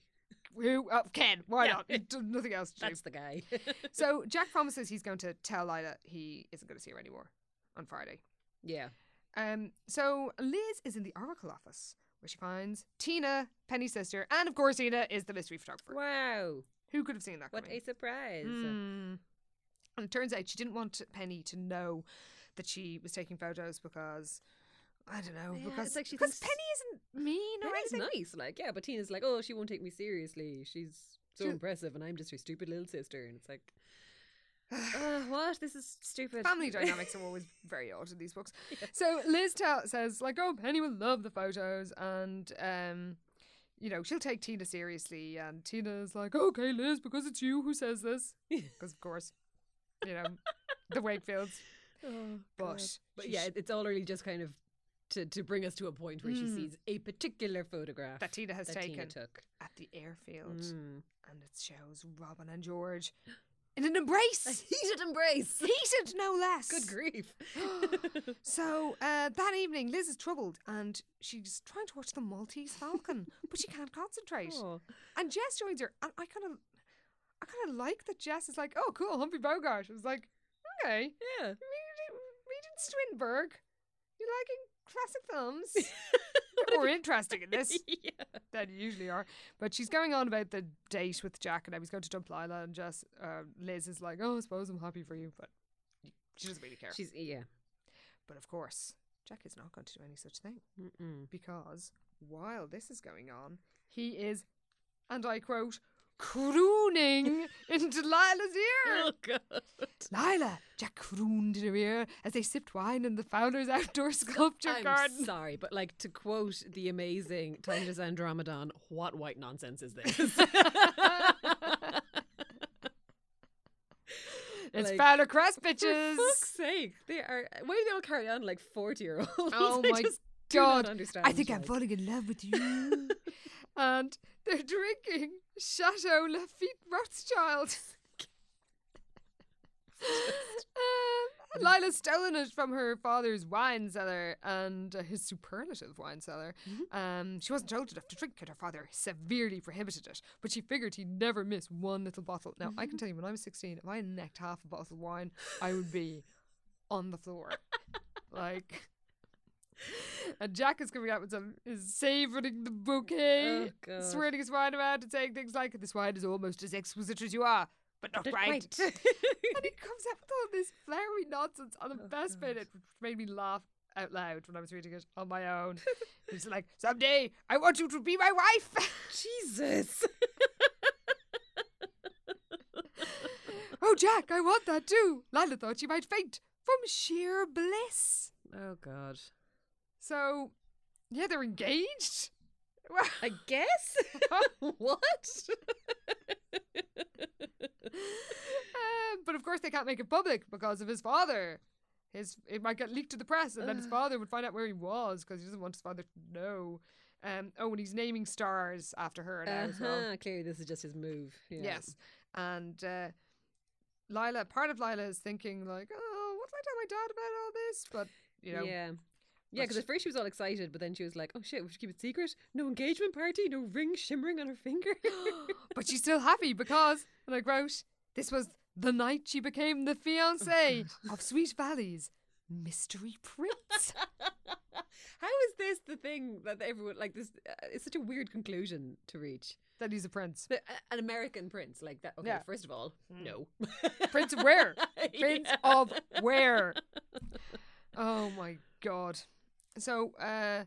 [SPEAKER 3] Who? Oh, Ken. Why
[SPEAKER 4] Yeah.
[SPEAKER 3] not? He does nothing else to do.
[SPEAKER 4] That's the guy.
[SPEAKER 3] So Jack promises he's going to tell Lila he isn't going to see her anymore on Friday.
[SPEAKER 4] yeah.
[SPEAKER 3] Um, so Liz is in the Oracle office where she finds Tina, Penny's sister, and of course Tina is the mystery photographer.
[SPEAKER 4] Wow.
[SPEAKER 3] Who could have seen that?
[SPEAKER 4] What
[SPEAKER 3] coming?
[SPEAKER 4] a surprise.
[SPEAKER 3] Mm. And it turns out she didn't want Penny to know that she was taking photos because I don't know
[SPEAKER 4] Yeah, it's
[SPEAKER 3] because,
[SPEAKER 4] like she
[SPEAKER 3] because
[SPEAKER 4] thinks-
[SPEAKER 3] Penny isn't mean or
[SPEAKER 4] Penny's
[SPEAKER 3] anything.
[SPEAKER 4] nice. Like, yeah, but Tina's like, oh, she won't take me seriously. She's so
[SPEAKER 3] She's-
[SPEAKER 4] impressive, and I'm just her stupid little sister. And it's like, uh, what? This is stupid.
[SPEAKER 3] Family dynamics are always very odd in these books. So Liz tell, says like, "Oh, Penny will love the photos, and um, you know she'll take Tina seriously." And Tina's like, "Okay, Liz, because it's you who says this, because of course, you know, the Wakefields."
[SPEAKER 4] Oh,
[SPEAKER 3] But
[SPEAKER 4] God. but
[SPEAKER 3] she-
[SPEAKER 4] yeah, it- it's all really just kind of to, to bring us to a point where she
[SPEAKER 3] Mm.
[SPEAKER 4] sees a particular photograph
[SPEAKER 3] That Tina has
[SPEAKER 4] that Tina
[SPEAKER 3] taken
[SPEAKER 4] took.
[SPEAKER 3] at the airfield.
[SPEAKER 4] Mm.
[SPEAKER 3] and it shows Robin and George in an embrace.
[SPEAKER 4] heated embrace.
[SPEAKER 3] Heated, no less.
[SPEAKER 4] Good grief.
[SPEAKER 3] So uh, that evening, Liz is troubled and she's trying to watch the Maltese Falcon, but she can't concentrate.
[SPEAKER 4] Oh.
[SPEAKER 3] And Jess joins her, and I kind of, I kind of like that. Jess is like, "Oh, cool, Humphrey Bogart." I was like, "Okay, reading,
[SPEAKER 4] Yeah.
[SPEAKER 3] reading Strindberg, you're liking classic films." They're more interesting in this
[SPEAKER 4] yeah.
[SPEAKER 3] than you usually are. But she's going on about the date with Jack, and I was going to dump Lila, and just uh, Liz is like, "Oh, I suppose I'm happy for you, but you She doesn't really care.
[SPEAKER 4] She's yeah.
[SPEAKER 3] but of course, Jack is not going to do any such thing
[SPEAKER 4] Mm-mm.
[SPEAKER 3] because while this is going on, he is, and I quote, crooning in Delilah's ear.
[SPEAKER 4] Oh god.
[SPEAKER 3] Lila, Jack crooned in her ear as they sipped wine in the Fowler's outdoor sculpture
[SPEAKER 4] I'm
[SPEAKER 3] garden.
[SPEAKER 4] sorry, but like to quote the amazing Titus Andromedon, what white nonsense is this?
[SPEAKER 3] it's
[SPEAKER 4] like,
[SPEAKER 3] Fowler Crest, bitches.
[SPEAKER 4] For fuck's sake, they are. Why do they all carry on like forty-year-olds?
[SPEAKER 3] Oh
[SPEAKER 4] I
[SPEAKER 3] my
[SPEAKER 4] just do
[SPEAKER 3] God,
[SPEAKER 4] not understand.
[SPEAKER 3] I think I'm
[SPEAKER 4] like-
[SPEAKER 3] falling in love with you. and they're drinking Chateau Lafitte Rothschild. um, Lila's stolen it from her father's wine cellar and uh, his superlative wine cellar. Um, she wasn't old enough to drink it. Her father severely prohibited it, but she figured he'd never miss one little bottle. Now, I can tell you, when I was 16, if I necked half a bottle of wine, I would be on the floor. like. And Jack is coming out with some is savouring the
[SPEAKER 4] Oh,
[SPEAKER 3] bouquet,
[SPEAKER 4] God.
[SPEAKER 3] swirling his wine around and saying things like, "This wine is almost as exquisite as you are, but not right." and he comes out with all this flowery nonsense. And the best bit, it made me laugh out loud when I was reading it on my own. He's like, "Someday I want you to be my wife."
[SPEAKER 4] Jesus.
[SPEAKER 3] oh, Jack, I want that too. Lila thought she might faint from sheer bliss.
[SPEAKER 4] Oh god.
[SPEAKER 3] So, yeah, they're engaged.
[SPEAKER 4] I guess. what?
[SPEAKER 3] Um, but of course, they can't make it public because of his father. His it might get leaked to the press, and then his father would find out where he was because he doesn't want his father to know. Um, oh, and he's naming stars after her now as well.
[SPEAKER 4] Uh-huh, Clearly, this is just his move. Yeah.
[SPEAKER 3] Yes, and uh, Lila, part of Lila is thinking like, oh, what did I tell my dad about all this? But you know,
[SPEAKER 4] Yeah. Yeah, because at first she was all excited, but then she was like, "Oh shit, we should keep it secret. No engagement party, no ring shimmering on her finger."
[SPEAKER 3] but she's still happy because, and I wrote, this was the night she became the fiance
[SPEAKER 4] Oh,
[SPEAKER 3] of Sweet Valley's mystery prince.
[SPEAKER 4] How is this the thing that everyone like this? Uh, it's such a weird conclusion to reach.
[SPEAKER 3] that he's a prince.
[SPEAKER 4] The, uh, an American prince like that. Okay,
[SPEAKER 3] Yeah.
[SPEAKER 4] first of all, no.
[SPEAKER 3] Prince of where?
[SPEAKER 4] Yeah.
[SPEAKER 3] Prince of where? Oh my god. So, uh,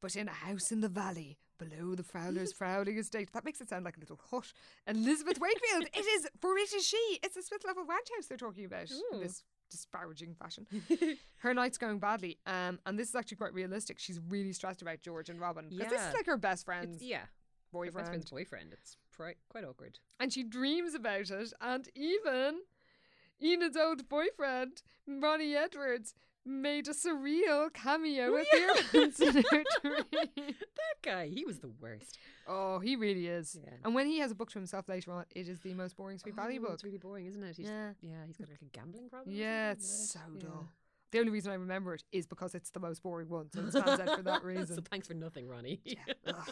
[SPEAKER 3] but in a house in the valley below the Fowler's Frowling estate. That makes it sound like a little hut. Elizabeth Wakefield. it is, for it is she. It's a Smith level ranch house they're talking about in
[SPEAKER 4] Ooh.
[SPEAKER 3] this disparaging fashion. her night's going badly. Um, and this is actually quite realistic. She's really stressed about George and Robin. Because this
[SPEAKER 4] Yeah.
[SPEAKER 3] is like her best friend's
[SPEAKER 4] It's, yeah, her best
[SPEAKER 3] boyfriend.
[SPEAKER 4] friend's boyfriend. It's pri- quite awkward.
[SPEAKER 3] and she dreams about it. And even Enid's old boyfriend, Ronnie Edwards, made a surreal cameo
[SPEAKER 4] Oh,
[SPEAKER 3] appearance in her dream.
[SPEAKER 4] That guy, he was the worst.
[SPEAKER 3] Oh, he really is.
[SPEAKER 4] Yeah.
[SPEAKER 3] And when he has a book to himself later on, it is the most boring Sweet Valley book.
[SPEAKER 4] It's really boring, isn't it? He's,
[SPEAKER 3] Yeah.
[SPEAKER 4] yeah, he's got like a gambling problem. or
[SPEAKER 3] yeah,
[SPEAKER 4] something,
[SPEAKER 3] it's so
[SPEAKER 4] isn't it? Yeah.
[SPEAKER 3] dull. The only reason I remember it is because it's the most boring one, so it stands out for that
[SPEAKER 4] So
[SPEAKER 3] reason.
[SPEAKER 4] thanks for nothing, Ronnie.
[SPEAKER 3] Ugh.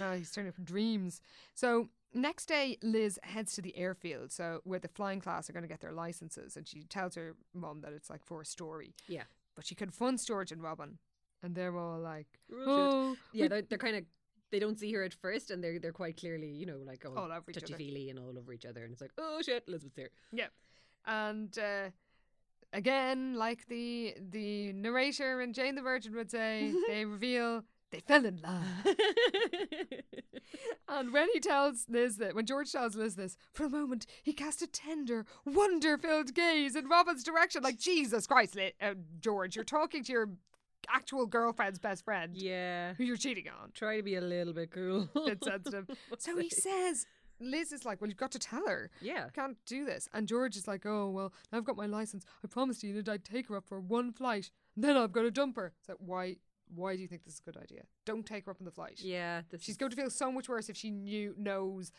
[SPEAKER 3] Oh, he's turning up in dreams. So next day, Liz heads to the airfield, so where the flying class are going to get their licenses, and she tells her mum that it's like for a story.
[SPEAKER 4] Yeah.
[SPEAKER 3] But she confronts George and Robin, and they're all like,
[SPEAKER 4] Rude.
[SPEAKER 3] "Oh,
[SPEAKER 4] yeah, they're, they're kind of they don't see her at first, and they're they're quite clearly you know like all,
[SPEAKER 3] All over each other.
[SPEAKER 4] touchy feely and all over each other, and it's like oh shit, Elizabeth's here.
[SPEAKER 3] yeah," and. Uh, Again, like the the narrator and Jane the Virgin would say, they reveal they fell in love. And when he tells Liz that, when George tells Liz this, for a moment he cast a tender, wonder-filled gaze in Robin's direction, like Jesus Christ, Li- uh, George, you're talking to your actual girlfriend's best friend
[SPEAKER 4] yeah,
[SPEAKER 3] who you're cheating on.
[SPEAKER 4] try to be a little bit cool.
[SPEAKER 3] It's sensitive. so he says, Liz is like, well, you've got to tell her.
[SPEAKER 4] yeah,
[SPEAKER 3] I can't do this. And George is like, oh well, now I've got my license. I promised you that I'd take her up for one flight. And then I've got to dump her. So why? Why do you think this is a good idea? Don't take her up on the flight.
[SPEAKER 4] yeah. This
[SPEAKER 3] She's
[SPEAKER 4] is-
[SPEAKER 3] going to feel so much worse if she knew knows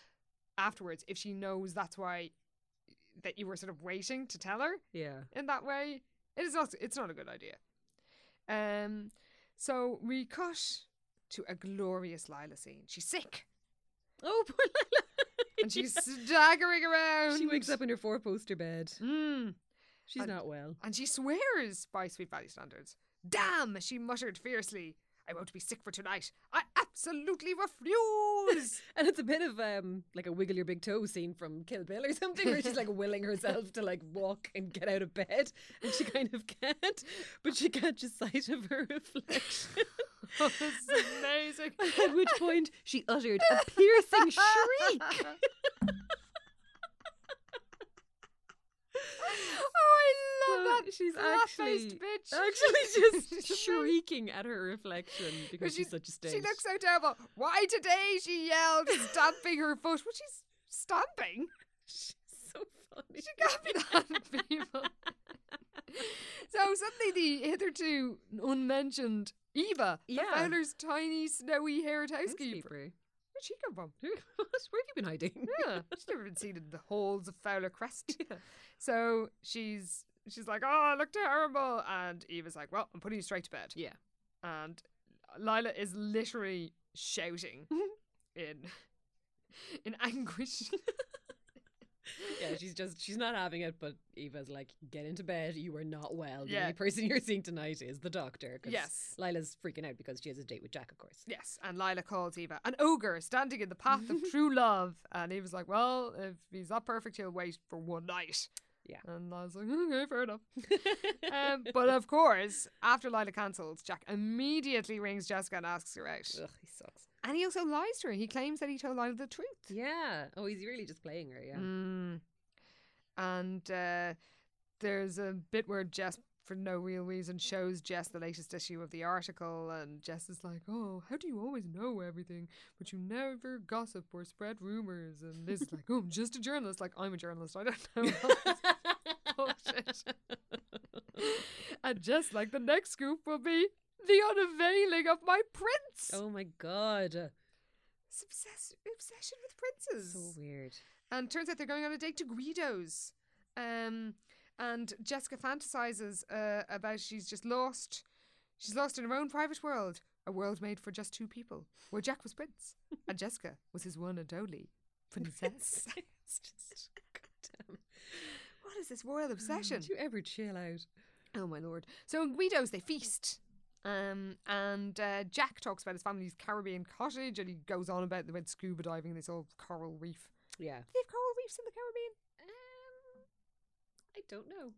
[SPEAKER 3] afterwards. If she knows that's why that you were sort of waiting to tell her
[SPEAKER 4] yeah.
[SPEAKER 3] in that way, it is not. It's not a good idea. Um, so we cut to a glorious Lila scene. She's sick
[SPEAKER 4] Oh, poor Lila.
[SPEAKER 3] and she's staggering around.
[SPEAKER 4] She wakes up in her four poster bed.
[SPEAKER 3] Mm,
[SPEAKER 4] She's
[SPEAKER 3] And-
[SPEAKER 4] not well.
[SPEAKER 3] and she swears by Sweet Valley standards. Damn! She muttered fiercely. I won't be sick for tonight. I absolutely refuse.
[SPEAKER 4] And it's a bit of um like a wiggle your big toe scene from Kill Bill or something, where she's like willing herself to like walk and get out of bed, and she kind of can't, but she catches sight of her reflection.
[SPEAKER 3] oh, this is amazing.
[SPEAKER 4] At which point she uttered a piercing shriek.
[SPEAKER 3] oh, I love that.
[SPEAKER 4] She's
[SPEAKER 3] Flat-faced
[SPEAKER 4] actually
[SPEAKER 3] bitch.
[SPEAKER 4] actually
[SPEAKER 3] She's
[SPEAKER 4] just
[SPEAKER 3] amazing.
[SPEAKER 4] shrieking at her reflection because she's such a stage.
[SPEAKER 3] She looks so terrible. Why today? She yelled, stamping her foot. Well, she's stamping.
[SPEAKER 4] she's so funny.
[SPEAKER 3] She can't be that people. So suddenly, the hitherto unmentioned Eva, the
[SPEAKER 4] Yeah.
[SPEAKER 3] Fowler's tiny, snowy-haired housekeeper.
[SPEAKER 4] Housekeeper.
[SPEAKER 3] Where'd she come from?
[SPEAKER 4] Who- Where have you been hiding?
[SPEAKER 3] Yeah, she's never been seen in the halls of Fowler Crest. So she's she's like, "Oh, I look terrible," and Eva's like, "Well, I'm putting you straight to bed."
[SPEAKER 4] Yeah.
[SPEAKER 3] and Lila is literally shouting in in anguish.
[SPEAKER 4] Yeah, she's just she's not having it. But Eva's like, get into bed. You are not well. The
[SPEAKER 3] Yeah.
[SPEAKER 4] only person you're seeing tonight is the doctor. 'cause
[SPEAKER 3] Yes.
[SPEAKER 4] Lila's freaking out because she has a date with Jack, of course.
[SPEAKER 3] yes, and Lila calls Eva an ogre standing in the path of true love, and Eva's like, "Well, if he's not perfect, he'll wait for one night."
[SPEAKER 4] Yeah.
[SPEAKER 3] and Lila's like, "Okay, fair enough." um, but
[SPEAKER 4] uh,
[SPEAKER 3] of course, after Lila cancels, Jack immediately rings Jessica and asks her out,
[SPEAKER 4] Ugh, he sucks.
[SPEAKER 3] and he also lies to her. He claims that he told Lila the truth.
[SPEAKER 4] Yeah. Oh, he's really just playing her. Yeah.
[SPEAKER 3] Mm. And uh, there's a bit where Jess, for no real reason, shows Jess the latest issue of the article, and Jess is like, "Oh, how do you always know everything, but you never gossip or spread rumors?" And Liz is like, "Oh, I'm just a journalist. Like I'm a journalist. I don't know." all this
[SPEAKER 4] Mm. Oh,
[SPEAKER 3] bullshit." and just like the next scoop will be the unveiling of my prince.
[SPEAKER 4] oh my god.
[SPEAKER 3] It's obsess- obsession with princes.
[SPEAKER 4] So weird.
[SPEAKER 3] And turns out they're going on a date to Guido's. Um, and Jessica fantasizes uh, about she's just lost. She's lost in her own private world, a world made for just two people, where Jack was prince and Jessica was his one and only princess.
[SPEAKER 4] it's just goddamn.
[SPEAKER 3] what is this royal obsession?
[SPEAKER 4] Did you ever chill out?
[SPEAKER 3] Oh my lord! So in Guido's they feast, um, and uh, Jack talks about his family's Caribbean cottage, and he goes on about they went scuba diving. They saw coral reef.
[SPEAKER 4] Yeah.
[SPEAKER 3] Do they have coral reefs in the Caribbean?
[SPEAKER 4] Um, I don't know.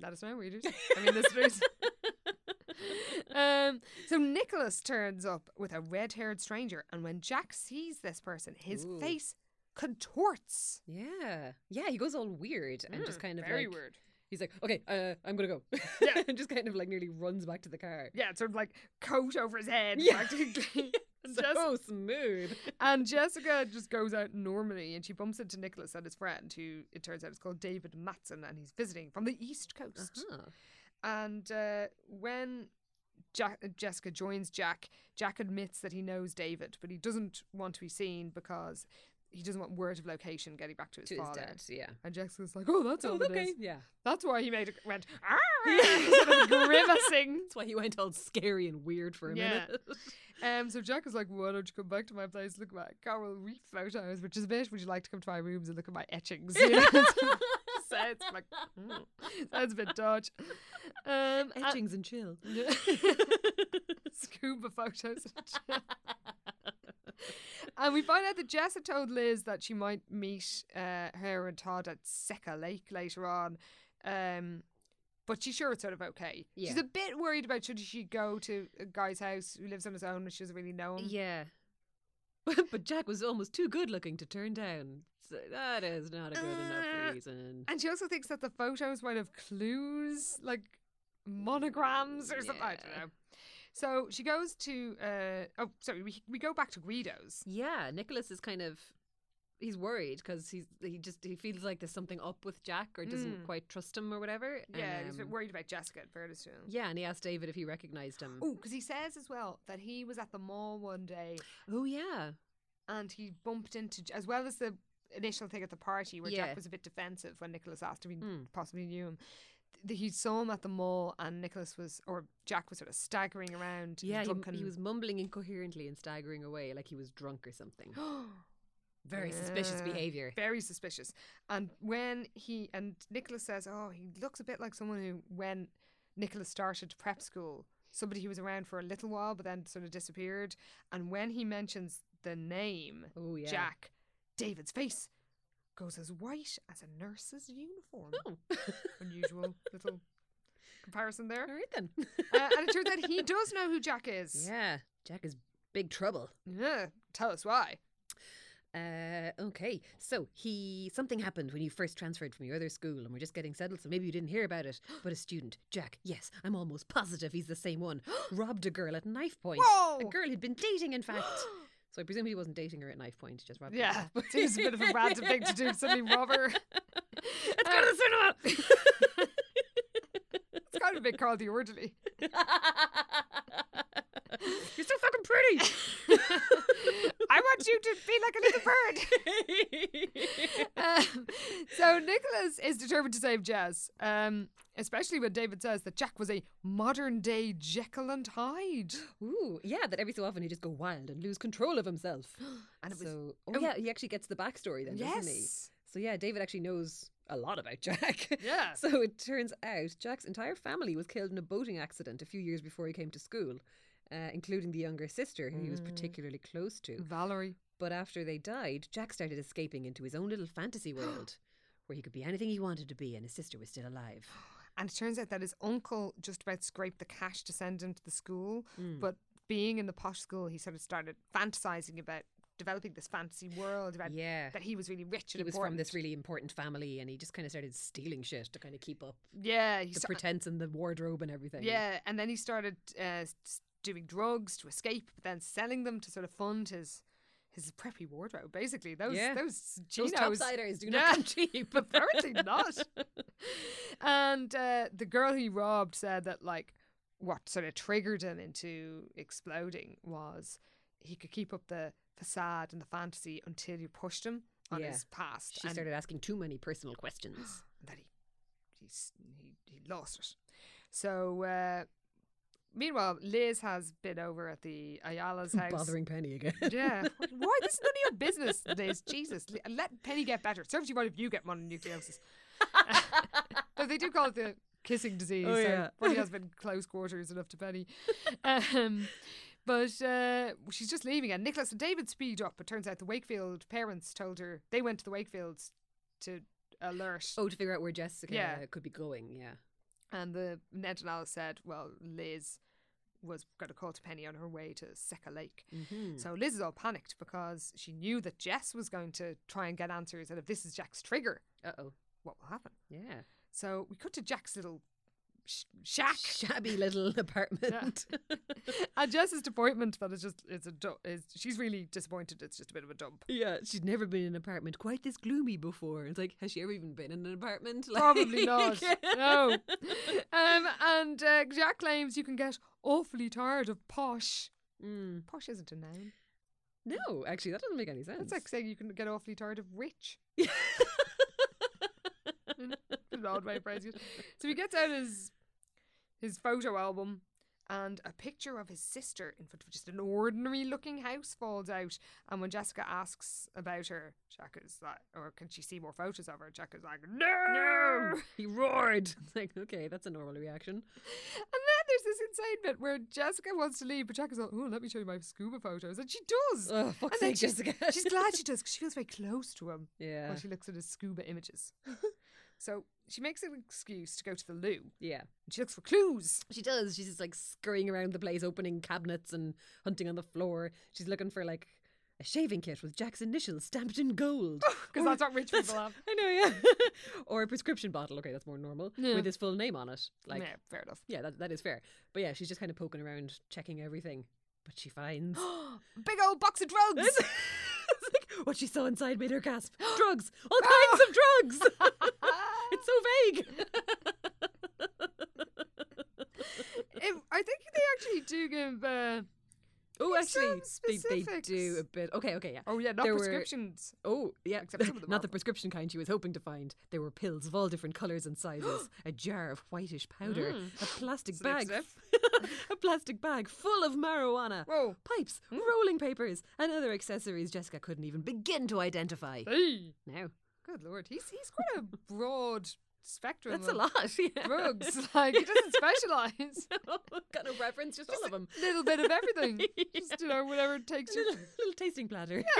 [SPEAKER 3] Let us know, readers. I mean, listeners. um, so Nicholas turns up with a red haired stranger, and when Jack sees this person, his
[SPEAKER 4] Ooh.
[SPEAKER 3] face contorts. Hmm,
[SPEAKER 4] Yeah. Yeah, he goes all weird and just kind of like
[SPEAKER 3] weird.
[SPEAKER 4] he's like, "Okay, uh, I'm going to go."
[SPEAKER 3] Yeah.
[SPEAKER 4] and just kind of like nearly runs back to the car.
[SPEAKER 3] Yeah, it's sort of like coat over his head, Oh,
[SPEAKER 4] Yeah.
[SPEAKER 3] practically. And
[SPEAKER 4] So
[SPEAKER 3] Jess-
[SPEAKER 4] smooth.
[SPEAKER 3] and Jessica just goes out normally, and she bumps into Nicholas and his friend, who it turns out is called David Matson, and he's visiting from the East Coast.
[SPEAKER 4] Uh-huh.
[SPEAKER 3] And uh, when Jack, Jessica joins Jack, Jack admits that he knows David, but he doesn't want to be seen because he doesn't want word of location getting back to his
[SPEAKER 4] To his
[SPEAKER 3] father.
[SPEAKER 4] dad, yeah.
[SPEAKER 3] And Jessica's like, "Oh, that's
[SPEAKER 4] Oh,
[SPEAKER 3] all it
[SPEAKER 4] okay.
[SPEAKER 3] is.
[SPEAKER 4] Yeah.
[SPEAKER 3] That's why he made it went "Arr!" sort of grimacing."
[SPEAKER 4] That's why he went all scary and weird for a
[SPEAKER 3] Yeah.
[SPEAKER 4] minute. Uh,
[SPEAKER 3] Um, so Jack is like, "Why don't you come back to my place? Look at my coral reef photos, which is a bit. Would you like to come to my rooms and look at my etchings?" You know, sounds like mm, sounds a bit dodge. Um, and-
[SPEAKER 4] Etchings and chill.
[SPEAKER 3] scuba photos. and shit. and we find out that Jess had told Liz that she might meet uh, her and Todd at Seca Lake later on. Um, but she's sure it's sort of okay. She's
[SPEAKER 4] Yeah.
[SPEAKER 3] a bit worried about should she go to a guy's house who lives on his own and she doesn't really know him.
[SPEAKER 4] Yeah. But, but Jack was almost too good looking to turn down. So that is not a good
[SPEAKER 3] Uh,
[SPEAKER 4] enough reason.
[SPEAKER 3] And she also thinks that the photos might have clues, like monograms or something. I don't
[SPEAKER 4] Yeah.
[SPEAKER 3] know. So she goes to. Uh, oh, sorry. We we go back to Guido's.
[SPEAKER 4] Yeah, Nicholas is kind of he's worried because he's he just he feels like there's something up with Jack or doesn't
[SPEAKER 3] Mm.
[SPEAKER 4] quite trust him or whatever.
[SPEAKER 3] Yeah, Uh, he's a bit
[SPEAKER 4] um,
[SPEAKER 3] worried about Jessica at fairness to him.
[SPEAKER 4] Yeah, and he asked David if he recognized him.
[SPEAKER 3] Oh, because he says as well that he was at the mall one day
[SPEAKER 4] Oh, yeah,
[SPEAKER 3] and he bumped into, as well as the initial thing at the party where
[SPEAKER 4] Yeah.
[SPEAKER 3] Jack was a bit defensive when Nicholas asked if he
[SPEAKER 4] Mm.
[SPEAKER 3] possibly knew him. Th- he saw him at the mall and Nicholas was, or Jack was sort of staggering around.
[SPEAKER 4] yeah. He, m-
[SPEAKER 3] drunken.
[SPEAKER 4] he was mumbling incoherently and staggering away like he was drunk or something. Very suspicious
[SPEAKER 3] Yeah.
[SPEAKER 4] behavior.
[SPEAKER 3] very suspicious. And when he, and Nicholas says, oh, he looks a bit like someone who, when Nicholas started prep school, somebody who was around for a little while but then sort of disappeared. And when he mentions the name
[SPEAKER 4] Oh yeah.
[SPEAKER 3] Jack, David's face goes as white as a nurse's uniform.
[SPEAKER 4] Oh.
[SPEAKER 3] Unusual little comparison
[SPEAKER 4] All
[SPEAKER 3] there.
[SPEAKER 4] right then.
[SPEAKER 3] Uh, and it turns out he does know who Jack is.
[SPEAKER 4] yeah, Jack is big trouble.
[SPEAKER 3] Yeah, Tell us why.
[SPEAKER 4] Uh, okay, so he something happened when you first transferred from your other school, and we're just getting settled, so maybe you didn't hear about it. But a student, Jack, yes, I'm almost positive he's the same one, robbed a girl at knife point. A
[SPEAKER 3] Whoa!
[SPEAKER 4] girl he'd been dating, in fact. so I presume he wasn't dating her at knife point, just robbed. her at
[SPEAKER 3] Yeah,
[SPEAKER 4] knife point.
[SPEAKER 3] seems a bit of a random thing to do, suddenly rob her.
[SPEAKER 4] Let's
[SPEAKER 3] Uh,
[SPEAKER 4] go to the cinema.
[SPEAKER 3] It's kind of a bit Carl the Orderly.
[SPEAKER 4] You're so fucking pretty.
[SPEAKER 3] I want you to be like a little bird. Um, so Nicholas is determined to save Jazz, um, especially when David says that Jack was a modern day Jekyll and Hyde.
[SPEAKER 4] Ooh, yeah, that every so often he just go wild and lose control of himself.
[SPEAKER 3] And it was-
[SPEAKER 4] so,
[SPEAKER 3] oh.
[SPEAKER 4] oh yeah, he actually gets the backstory then, doesn't he? So yeah, David actually knows a lot about Jack.
[SPEAKER 3] Yeah.
[SPEAKER 4] so it turns out Jack's entire family was killed in a boating accident a few years before he came to school, uh, including the younger sister who he
[SPEAKER 3] Mm.
[SPEAKER 4] was particularly close to.
[SPEAKER 3] Valerie.
[SPEAKER 4] But after they died, Jack started escaping into his own little fantasy world where he could be anything he wanted to be and his sister was still alive.
[SPEAKER 3] And it turns out that his uncle just about scraped the cash to send him to the school,
[SPEAKER 4] Mm.
[SPEAKER 3] but being in the posh school, he sort of started fantasizing about developing this fantasy world about
[SPEAKER 4] Yeah.
[SPEAKER 3] that he was really rich and
[SPEAKER 4] He was
[SPEAKER 3] important.
[SPEAKER 4] from this really important family and he just kind of started stealing shit to kind of keep up
[SPEAKER 3] yeah, he
[SPEAKER 4] the
[SPEAKER 3] sta-
[SPEAKER 4] pretense and the wardrobe and everything.
[SPEAKER 3] Yeah, and then he started uh, s- doing drugs to escape, but then selling them to sort of fund his his preppy wardrobe. Basically, those
[SPEAKER 4] Yeah.
[SPEAKER 3] those
[SPEAKER 4] Those
[SPEAKER 3] chinos.
[SPEAKER 4] topsiders do not
[SPEAKER 3] Yeah.
[SPEAKER 4] come cheap.
[SPEAKER 3] Apparently not. and uh, the girl he robbed said that like what sort of triggered him into exploding was he could keep up the facade and the fantasy until you pushed him on
[SPEAKER 4] Yeah.
[SPEAKER 3] his past.
[SPEAKER 4] She
[SPEAKER 3] and
[SPEAKER 4] started asking too many personal questions.
[SPEAKER 3] that he he s- he, he lost it. So uh, meanwhile, Liz has been over at the Ayala's house.
[SPEAKER 4] Bothering Penny again.
[SPEAKER 3] Yeah, why this is none of your business, Liz? Jesus, Li- let Penny get better. It serves you right if you get mononucleosis. but they do call it the kissing disease.
[SPEAKER 4] Oh,
[SPEAKER 3] so
[SPEAKER 4] yeah.
[SPEAKER 3] probably has been close quarters enough to Penny. Um, but uh, she's just leaving, and Nicholas and David speed up. It turns out the Wakefield parents told her they went to the Wakefields to alert
[SPEAKER 4] Oh, to figure out where Jessica
[SPEAKER 3] Yeah.
[SPEAKER 4] could be going. Yeah.
[SPEAKER 3] And the Ned and Alice said, well, Liz was going to call to Penny on her way to Seca Lake.
[SPEAKER 4] Hmm.
[SPEAKER 3] So Liz is all panicked because she knew that Jess was going to try and get answers. And if this is Jack's trigger,
[SPEAKER 4] Uh oh.
[SPEAKER 3] what will happen?
[SPEAKER 4] Yeah.
[SPEAKER 3] So we cut to Jack's little sh- shack.
[SPEAKER 4] Shabby little apartment.
[SPEAKER 3] and Jess's disappointment that it's just, it's a, du- is, she's really disappointed. It's just a bit of a dump.
[SPEAKER 4] yeah. She'd never been in an apartment quite this gloomy before. It's like, has she ever even been in an apartment? Like-
[SPEAKER 3] Probably not. No. Um, and uh, Jack claims you can get awfully tired of posh.
[SPEAKER 4] Mm.
[SPEAKER 3] Posh isn't a noun.
[SPEAKER 4] No, actually, that doesn't make any sense.
[SPEAKER 3] That's like saying you can get awfully tired of rich. An odd way of phrasing it. So he gets out his his photo album and a picture of his sister in front of just an ordinary looking house falls out. And when Jessica asks about her, Jack is like, or can she see more photos of her? Jack is like, no.
[SPEAKER 4] no. He roared. It's like, okay, that's a normal reaction.
[SPEAKER 3] And then there's this insane bit where Jessica wants to leave, but Jack is like, oh, let me show you my scuba photos. And she does.
[SPEAKER 4] Oh, fuck's
[SPEAKER 3] then
[SPEAKER 4] sake, Jessica.
[SPEAKER 3] She's glad she does because she feels very close to him.
[SPEAKER 4] yeah.
[SPEAKER 3] while she looks at his scuba images. so she makes an excuse to go to the loo. and
[SPEAKER 4] yeah.
[SPEAKER 3] She looks for clues.
[SPEAKER 4] She does. She's just like scurrying around the place, opening cabinets and hunting on the floor. She's looking for like a shaving kit with Jack's initials stamped in gold.
[SPEAKER 3] Because that's what rich people have.
[SPEAKER 4] Oh, I know, yeah. or a prescription bottle. Okay, that's more normal. With his full name on it. Like,
[SPEAKER 3] yeah, fair enough.
[SPEAKER 4] yeah, that, that is fair. But yeah, she's just kind of poking around, checking everything. But she finds.
[SPEAKER 3] Big old box of drugs.
[SPEAKER 4] It's like, what she saw inside made her gasp. Drugs! All kinds of drugs!
[SPEAKER 3] Ah!
[SPEAKER 4] it's so vague!
[SPEAKER 3] If- I think they actually do give. Uh,
[SPEAKER 4] Oh,
[SPEAKER 3] Give some
[SPEAKER 4] actually, they, they do
[SPEAKER 3] specifics.
[SPEAKER 4] a bit. Okay, okay, yeah.
[SPEAKER 3] oh yeah, not
[SPEAKER 4] There were-
[SPEAKER 3] prescriptions.
[SPEAKER 4] Oh, yeah.
[SPEAKER 3] Except some of them
[SPEAKER 4] Not
[SPEAKER 3] are.
[SPEAKER 4] the prescription kind she was hoping to find. There were pills of all different colours and sizes, a jar of whitish powder, a plastic
[SPEAKER 3] Mm. Sniff,
[SPEAKER 4] bag.
[SPEAKER 3] sniff.
[SPEAKER 4] a plastic bag full of marijuana.
[SPEAKER 3] Whoa.
[SPEAKER 4] Pipes,
[SPEAKER 3] Mm.
[SPEAKER 4] rolling papers, and other accessories Jessica couldn't even begin to identify.
[SPEAKER 3] Hey.
[SPEAKER 4] Now,
[SPEAKER 3] Good lord, he's he's quite a broad spectrum.
[SPEAKER 4] That's a
[SPEAKER 3] of
[SPEAKER 4] lot. Yeah.
[SPEAKER 3] Drugs. Like, it doesn't specialize.
[SPEAKER 4] Got a reference, just, all of them.
[SPEAKER 3] A little bit of everything. Just, you know, whatever it takes you.
[SPEAKER 4] little, little tasting platter.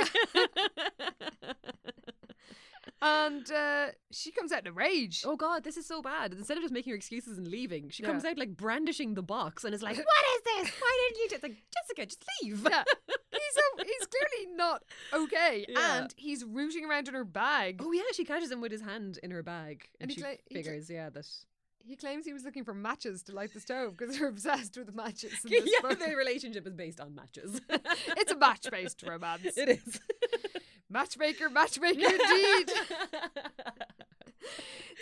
[SPEAKER 3] And uh, she comes out in a rage.
[SPEAKER 4] oh God, this is so bad. Instead of just making her excuses and leaving, she
[SPEAKER 3] Yeah.
[SPEAKER 4] comes out like brandishing the box and is like, "What is this? Why didn't you?" do-" It's like Jessica, just leave.
[SPEAKER 3] Yeah. He's, o he's clearly not okay.
[SPEAKER 4] Yeah.
[SPEAKER 3] And he's rooting around in her bag.
[SPEAKER 4] Oh yeah, she catches him with his hand in her bag,
[SPEAKER 3] And
[SPEAKER 4] and,
[SPEAKER 3] he
[SPEAKER 4] she
[SPEAKER 3] cla- he cla-
[SPEAKER 4] figures, yeah, that.
[SPEAKER 3] He claims he was looking for matches to light the stove because they're obsessed with matches. In this
[SPEAKER 4] yeah,
[SPEAKER 3] book.
[SPEAKER 4] their relationship is based on matches.
[SPEAKER 3] It's a match based romance.
[SPEAKER 4] it is.
[SPEAKER 3] Matchmaker, matchmaker indeed.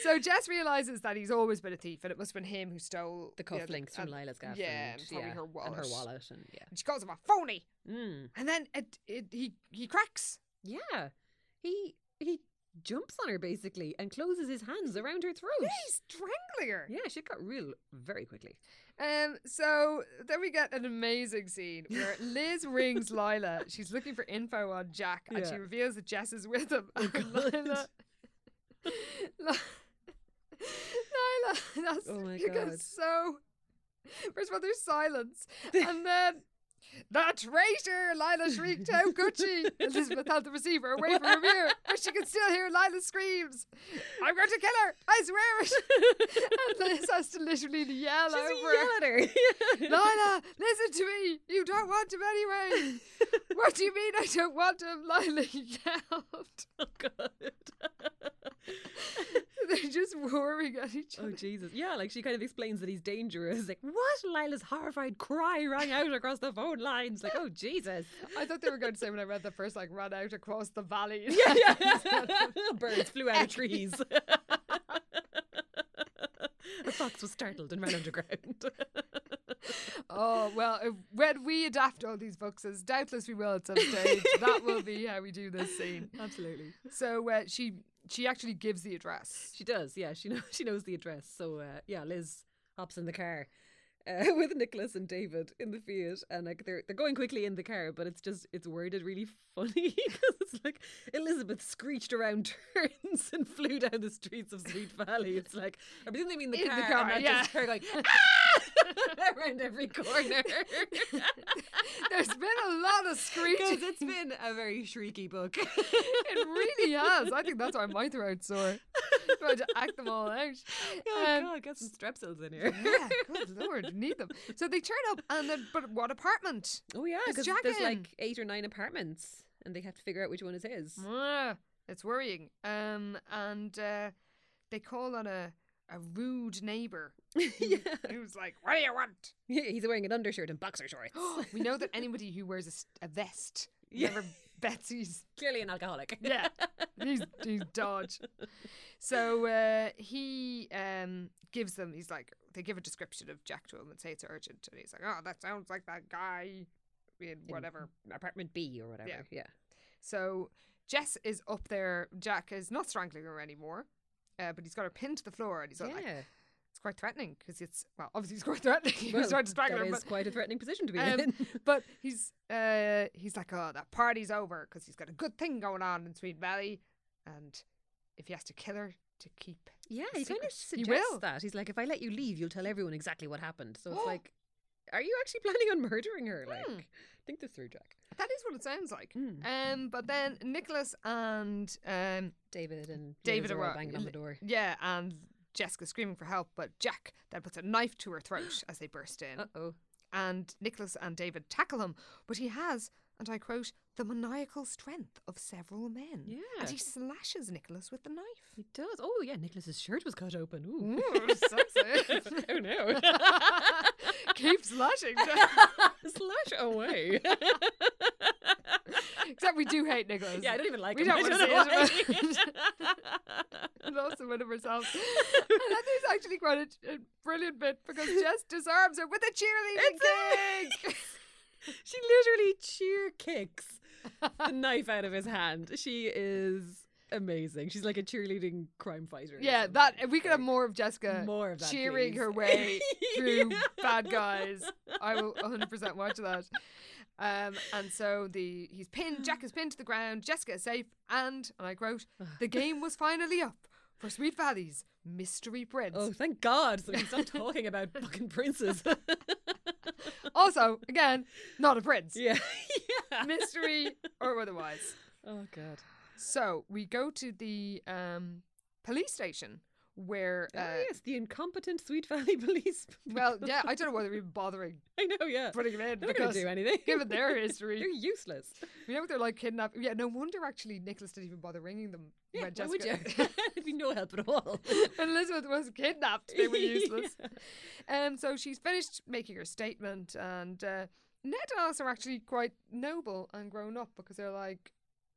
[SPEAKER 3] So Jess realizes that he's always been a thief and it must have been him who stole
[SPEAKER 4] the
[SPEAKER 3] other-
[SPEAKER 4] cufflinks from
[SPEAKER 3] and
[SPEAKER 4] Lila's gaff.
[SPEAKER 3] yeah,
[SPEAKER 4] and,
[SPEAKER 3] and probably her
[SPEAKER 4] And her
[SPEAKER 3] wallet.
[SPEAKER 4] wallet, and yeah.
[SPEAKER 3] She calls him a phony.
[SPEAKER 4] Mm.
[SPEAKER 3] And then it, it, he, he cracks.
[SPEAKER 4] Yeah. He he jumps on her basically and closes his hands around her throat.
[SPEAKER 3] Yeah, he's strangling her.
[SPEAKER 4] Oh, Yeah, she got real very quickly.
[SPEAKER 3] Um, so then we get an amazing scene where Liz rings Lila. She's looking for info on Jack, and
[SPEAKER 4] Yeah.
[SPEAKER 3] she reveals that Jess is with him. and
[SPEAKER 4] Oh, God.
[SPEAKER 3] Lila, Lila, that's
[SPEAKER 4] Oh my
[SPEAKER 3] you get
[SPEAKER 4] God.
[SPEAKER 3] so. First of all, there's silence, and then. The traitor! Lila shrieked, How could she? Elizabeth held the receiver away from her ear, but she could still hear Lila screams. I'm going to kill her! I swear it! and Liz has to literally yell
[SPEAKER 4] She's
[SPEAKER 3] over her.
[SPEAKER 4] yelling at her.
[SPEAKER 3] Lila, listen to me. You don't want him anyway. what do you mean I don't want him? Lila yelled.
[SPEAKER 4] oh god.
[SPEAKER 3] They're just roaring at each
[SPEAKER 4] oh
[SPEAKER 3] other.
[SPEAKER 4] Jesus. Yeah, like she kind of explains that he's dangerous. Like, what? Lila's horrified cry rang out across the phone lines. Like, oh Jesus.
[SPEAKER 3] I thought they were going to say when I read the first, like, ran out across the valley.
[SPEAKER 4] Yeah, yeah. Birds flew out of trees. A fox was startled and ran underground.
[SPEAKER 3] Oh, well, if, when we adapt all these books, as doubtless we will at some stage, that will be how we do this scene.
[SPEAKER 4] Absolutely.
[SPEAKER 3] So uh, she she actually gives the address.
[SPEAKER 4] She does, yeah. She knows she knows the address. So uh, yeah, Liz hops in the car uh, with Nicholas and David in the Fiat, and like they're they're going quickly in the car, but it's just it's worded really funny because it's like Elizabeth screeched around turns and flew down the streets of Sweet Valley. It's like I presume they mean the
[SPEAKER 3] In the
[SPEAKER 4] car,
[SPEAKER 3] car,
[SPEAKER 4] and not
[SPEAKER 3] yeah.
[SPEAKER 4] just her going "Ah!" around every corner.
[SPEAKER 3] There's been a lot of
[SPEAKER 4] Because
[SPEAKER 3] screeching.
[SPEAKER 4] it's been a very shrieky book.
[SPEAKER 3] It really has. I think that's why my throat's sore. Trying to act them all out.
[SPEAKER 4] Oh
[SPEAKER 3] Um,
[SPEAKER 4] god, get some strepsils in here.
[SPEAKER 3] yeah, good lord, you need them. So they turn up, and then, but what apartment?
[SPEAKER 4] Oh yeah,
[SPEAKER 3] It's
[SPEAKER 4] because there's
[SPEAKER 3] Jackin.
[SPEAKER 4] like eight or nine apartments, and they have to figure out which one is his.
[SPEAKER 3] Ah, It's worrying. Um, and uh, they call on a a rude neighbor
[SPEAKER 4] yeah.
[SPEAKER 3] who's like, "What do you want?"
[SPEAKER 4] he's wearing an undershirt and boxer shorts.
[SPEAKER 3] we know that anybody who wears a s- a, vest,
[SPEAKER 4] Yeah.
[SPEAKER 3] never Betsy's.
[SPEAKER 4] Clearly an alcoholic.
[SPEAKER 3] Yeah, he's he's dodge. So uh, he um gives them. He's like, they give a description of Jack to him and say it's urgent, and he's like, "Oh, that sounds like that guy." In whatever
[SPEAKER 4] Apartment B or whatever. Yeah.
[SPEAKER 3] So Jess is up there. Jack is not strangling her anymore, uh, but he's got her pinned to the floor, and he's all like,
[SPEAKER 4] Yeah.
[SPEAKER 3] "It's quite threatening because it's well, obviously it's quite threatening. He was
[SPEAKER 4] Well,
[SPEAKER 3] trying to strangle
[SPEAKER 4] that
[SPEAKER 3] her,
[SPEAKER 4] is
[SPEAKER 3] but,
[SPEAKER 4] quite a threatening position to be
[SPEAKER 3] um,
[SPEAKER 4] in.
[SPEAKER 3] but he's uh, he's like, "Oh, that party's over because he's got a good thing going on in Sweet Valley, and if he has to kill her to keep."
[SPEAKER 4] Yeah,
[SPEAKER 3] a
[SPEAKER 4] he kind of
[SPEAKER 3] secret. He
[SPEAKER 4] suggests
[SPEAKER 3] will.
[SPEAKER 4] that. He's like, if I let you leave, you'll tell everyone exactly what happened. So it's like, are you actually planning on murdering her? Like,
[SPEAKER 3] Hmm.
[SPEAKER 4] think this through, Jack.
[SPEAKER 3] That is what it sounds like.
[SPEAKER 4] Mm.
[SPEAKER 3] Um, but then Nicholas and um,
[SPEAKER 4] David and
[SPEAKER 3] David
[SPEAKER 4] Liz are all
[SPEAKER 3] arri-
[SPEAKER 4] banging on the
[SPEAKER 3] li-
[SPEAKER 4] door.
[SPEAKER 3] Yeah, and Jessica screaming for help, but Jack then puts a knife to her throat as they burst in.
[SPEAKER 4] oh.
[SPEAKER 3] and Nicholas and David tackle him, but he has, and I quote, the maniacal strength of several men.
[SPEAKER 4] Yeah.
[SPEAKER 3] And he slashes Nicholas with the knife.
[SPEAKER 4] He does. Oh yeah, Nicholas's shirt was cut open. Ooh.
[SPEAKER 3] Ooh, sexy.
[SPEAKER 4] oh no.
[SPEAKER 3] Keep slashing.
[SPEAKER 4] Slash away.
[SPEAKER 3] Except we do hate Nicholas.
[SPEAKER 4] yeah, I don't even like
[SPEAKER 3] We
[SPEAKER 4] him.
[SPEAKER 3] don't
[SPEAKER 4] I
[SPEAKER 3] want
[SPEAKER 4] don't know
[SPEAKER 3] to see
[SPEAKER 4] why.
[SPEAKER 3] his and also one of herself. and then there's actually quite a, a brilliant bit because Jess disarms her with a cheerleading
[SPEAKER 4] It's
[SPEAKER 3] kick.
[SPEAKER 4] she literally cheer kicks the knife out of his hand. She is amazing. She's like a cheerleading crime fighter. or
[SPEAKER 3] Yeah, that
[SPEAKER 4] something.
[SPEAKER 3] if we could have
[SPEAKER 4] Like,
[SPEAKER 3] more of Jessica
[SPEAKER 4] more of that,
[SPEAKER 3] cheering
[SPEAKER 4] please.
[SPEAKER 3] her way through
[SPEAKER 4] Yeah.
[SPEAKER 3] bad guys. I will 100% watch that. Um, and so the he's pinned, Jack is pinned to the ground, Jessica is safe, and, and I quote, the game was finally up. For Sweet Valley's mystery prince.
[SPEAKER 4] Oh, thank God. So we can stop talking about fucking princes.
[SPEAKER 3] Also, again, not a prince.
[SPEAKER 4] yeah. yeah.
[SPEAKER 3] Mystery or otherwise.
[SPEAKER 4] Oh, God.
[SPEAKER 3] So we go to the um, police station where. Uh,
[SPEAKER 4] oh, yes. The incompetent Sweet Valley police.
[SPEAKER 3] Well, yeah, I don't know why they're even bothering
[SPEAKER 4] I know, yeah.
[SPEAKER 3] putting him in
[SPEAKER 4] They're not going
[SPEAKER 3] because
[SPEAKER 4] to do anything.
[SPEAKER 3] given their
[SPEAKER 4] You're
[SPEAKER 3] history,
[SPEAKER 4] useless.
[SPEAKER 3] you know they're like kidnapped. Yeah, no wonder actually Nicholas didn't even bother ringing them
[SPEAKER 4] Yeah,
[SPEAKER 3] when
[SPEAKER 4] why would you?
[SPEAKER 3] Jessica
[SPEAKER 4] It'd be no help at all.
[SPEAKER 3] when Elizabeth was kidnapped. They were
[SPEAKER 4] Yeah.
[SPEAKER 3] useless. Um, so she's finished making her statement, and uh, Ned and Alice are actually quite noble and grown up because they're like,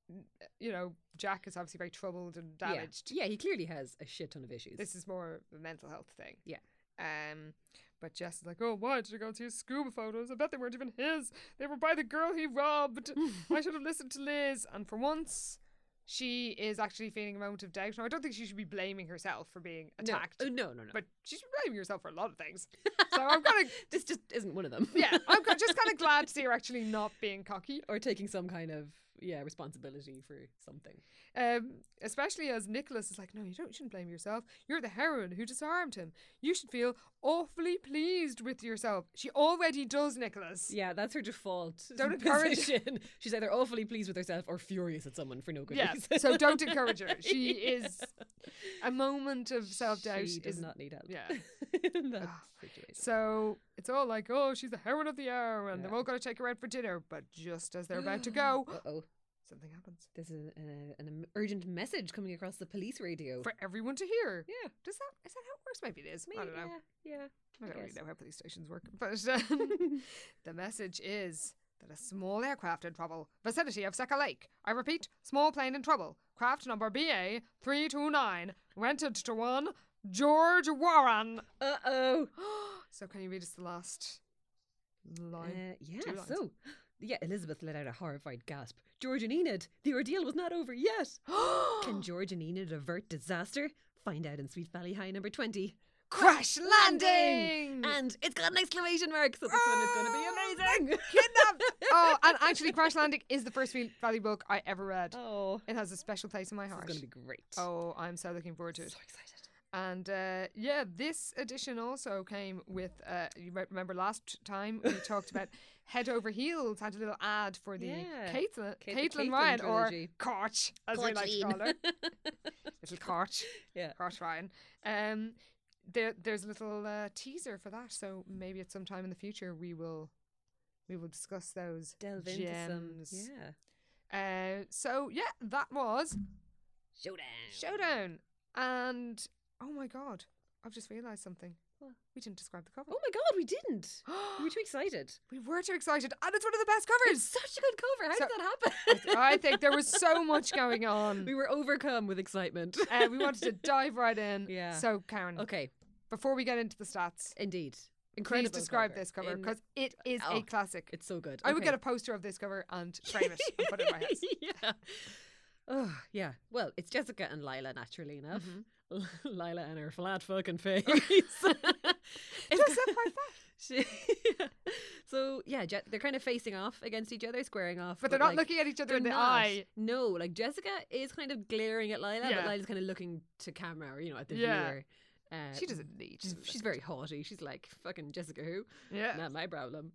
[SPEAKER 3] n- you know, Jack is obviously very troubled and
[SPEAKER 4] Yeah.
[SPEAKER 3] damaged.
[SPEAKER 4] Yeah. he clearly has a shit ton of issues.
[SPEAKER 3] This is more of a mental health thing.
[SPEAKER 4] Yeah.
[SPEAKER 3] Um, but Jess is like, oh, why did you go to his scuba photos? I bet they weren't even his. They were by the girl he robbed. I should have listened to Liz. And for once, she is actually feeling a moment of doubt. Now, I don't think she should be blaming herself for being
[SPEAKER 4] no.
[SPEAKER 3] attacked.
[SPEAKER 4] Oh, no, no, no.
[SPEAKER 3] But she's blaming herself for a lot of things. So I'm kind of,
[SPEAKER 4] this just isn't one of them.
[SPEAKER 3] yeah, I'm go- just kind of glad to see her actually not being cocky.
[SPEAKER 4] or taking some kind of yeah responsibility for something.
[SPEAKER 3] Um, especially as Nicholas is like, no, you don't you shouldn't blame yourself. You're the heroine who disarmed him. You should feel awfully pleased with yourself. She already does, Nicholas.
[SPEAKER 4] Yeah, that's her default.
[SPEAKER 3] Don't encourage-
[SPEAKER 4] position. She's either awfully pleased with herself or furious at someone for no good
[SPEAKER 3] Yeah,
[SPEAKER 4] reason.
[SPEAKER 3] so don't encourage her. She is a moment of self doubt.
[SPEAKER 4] She does
[SPEAKER 3] is
[SPEAKER 4] not need help.
[SPEAKER 3] yeah. Ah.
[SPEAKER 4] in that situation.
[SPEAKER 3] So it's all like, oh, she's the heroine of the hour, and they're
[SPEAKER 4] Yeah.
[SPEAKER 3] all going to take her out for dinner. But just as they're about to go,
[SPEAKER 4] Uh oh,
[SPEAKER 3] something happens
[SPEAKER 4] there's a, a, an um, urgent message coming across the police radio.
[SPEAKER 3] for everyone to hear.
[SPEAKER 4] yeah,
[SPEAKER 3] Does that is that how it works? Maybe it is. I don't know.
[SPEAKER 4] Yeah, yeah.
[SPEAKER 3] I don't really
[SPEAKER 4] guess.
[SPEAKER 3] know how police stations work, but um, the message is that a small aircraft in trouble, vicinity of Seca Lake. I repeat, small plane in trouble. Craft number BA three two nine, rented to one George Warren.
[SPEAKER 4] Uh oh.
[SPEAKER 3] so can you read us the last line?
[SPEAKER 4] Uh, yeah,
[SPEAKER 3] two lines.
[SPEAKER 4] so. Yeah, Elizabeth let out a horrified gasp. George and Enid, the ordeal was not over yet. Uh, Can George and Enid avert disaster? Find out in Sweet Valley High number 20.
[SPEAKER 3] Crash landing!
[SPEAKER 4] landing!
[SPEAKER 3] Mm.
[SPEAKER 4] And it's got an exclamation mark, so this one is going to
[SPEAKER 3] Ah!
[SPEAKER 4] be amazing.
[SPEAKER 3] oh, and actually, Crash Landing is the first Sweet Valley book I ever read.
[SPEAKER 4] Oh,
[SPEAKER 3] It has a special place in my
[SPEAKER 4] this is
[SPEAKER 3] heart.
[SPEAKER 4] going to be great.
[SPEAKER 3] Oh, I'm so looking forward to it.
[SPEAKER 4] so excited.
[SPEAKER 3] And uh, yeah, this edition also came with. Uh, you might remember last time we talked about Head Over Heels had a little ad for the
[SPEAKER 4] Yeah.
[SPEAKER 3] Caitlin,
[SPEAKER 4] Ca- the
[SPEAKER 3] Caitlin,
[SPEAKER 4] Caitlin
[SPEAKER 3] Ryan
[SPEAKER 4] trilogy.
[SPEAKER 3] or Koch, as we like to call her, little Koch,
[SPEAKER 4] Yeah.
[SPEAKER 3] Koch Ryan. Um, there, there's a little uh, teaser for that, so maybe at some time in the future we will, we will discuss those
[SPEAKER 4] Delve into
[SPEAKER 3] gems.
[SPEAKER 4] some. Yeah.
[SPEAKER 3] Uh, so yeah, that was
[SPEAKER 4] Showdown.
[SPEAKER 3] Showdown. And oh my god, I've just realised something.
[SPEAKER 4] What?
[SPEAKER 3] We didn't describe the cover.
[SPEAKER 4] Oh my god, we didn't. we were too excited.
[SPEAKER 3] We were too excited, and it's one of the best
[SPEAKER 4] It's
[SPEAKER 3] covers.
[SPEAKER 4] such a good cover. How
[SPEAKER 3] So-
[SPEAKER 4] did that happen?
[SPEAKER 3] I think there was so much going on.
[SPEAKER 4] we were overcome with excitement.
[SPEAKER 3] Uh, we wanted to dive right in.
[SPEAKER 4] Yeah.
[SPEAKER 3] So Karen,
[SPEAKER 4] okay,
[SPEAKER 3] before we get into the stats,
[SPEAKER 4] indeed.
[SPEAKER 3] please
[SPEAKER 4] Incredible.
[SPEAKER 3] describe this cover
[SPEAKER 4] In-
[SPEAKER 3] because it is a
[SPEAKER 4] Oh,
[SPEAKER 3] classic.
[SPEAKER 4] it's so good.
[SPEAKER 3] I would
[SPEAKER 4] Okay.
[SPEAKER 3] get a poster of this cover and frame it and put it in my house.
[SPEAKER 4] yeah. Oh, yeah. Well, it's Jessica and Lila, naturally enough.
[SPEAKER 3] Mm-hmm.
[SPEAKER 4] Lila and her flat fucking face. Just
[SPEAKER 3] Except my fa-
[SPEAKER 4] She, So yeah, Je- they're kind of facing off against each other, squaring off.
[SPEAKER 3] But they're not
[SPEAKER 4] like,
[SPEAKER 3] looking at each other in the
[SPEAKER 4] they're not.
[SPEAKER 3] eye.
[SPEAKER 4] No, like Jessica is kind of glaring at Lila,
[SPEAKER 3] Yeah.
[SPEAKER 4] but Lila's kind of looking to camera, or you know, at the
[SPEAKER 3] Yeah.
[SPEAKER 4] viewer. Uh,
[SPEAKER 3] She doesn't need.
[SPEAKER 4] She's,
[SPEAKER 3] to
[SPEAKER 4] she's
[SPEAKER 3] look.
[SPEAKER 4] very haughty. She's like fucking Jessica who,
[SPEAKER 3] yeah.
[SPEAKER 4] not my problem.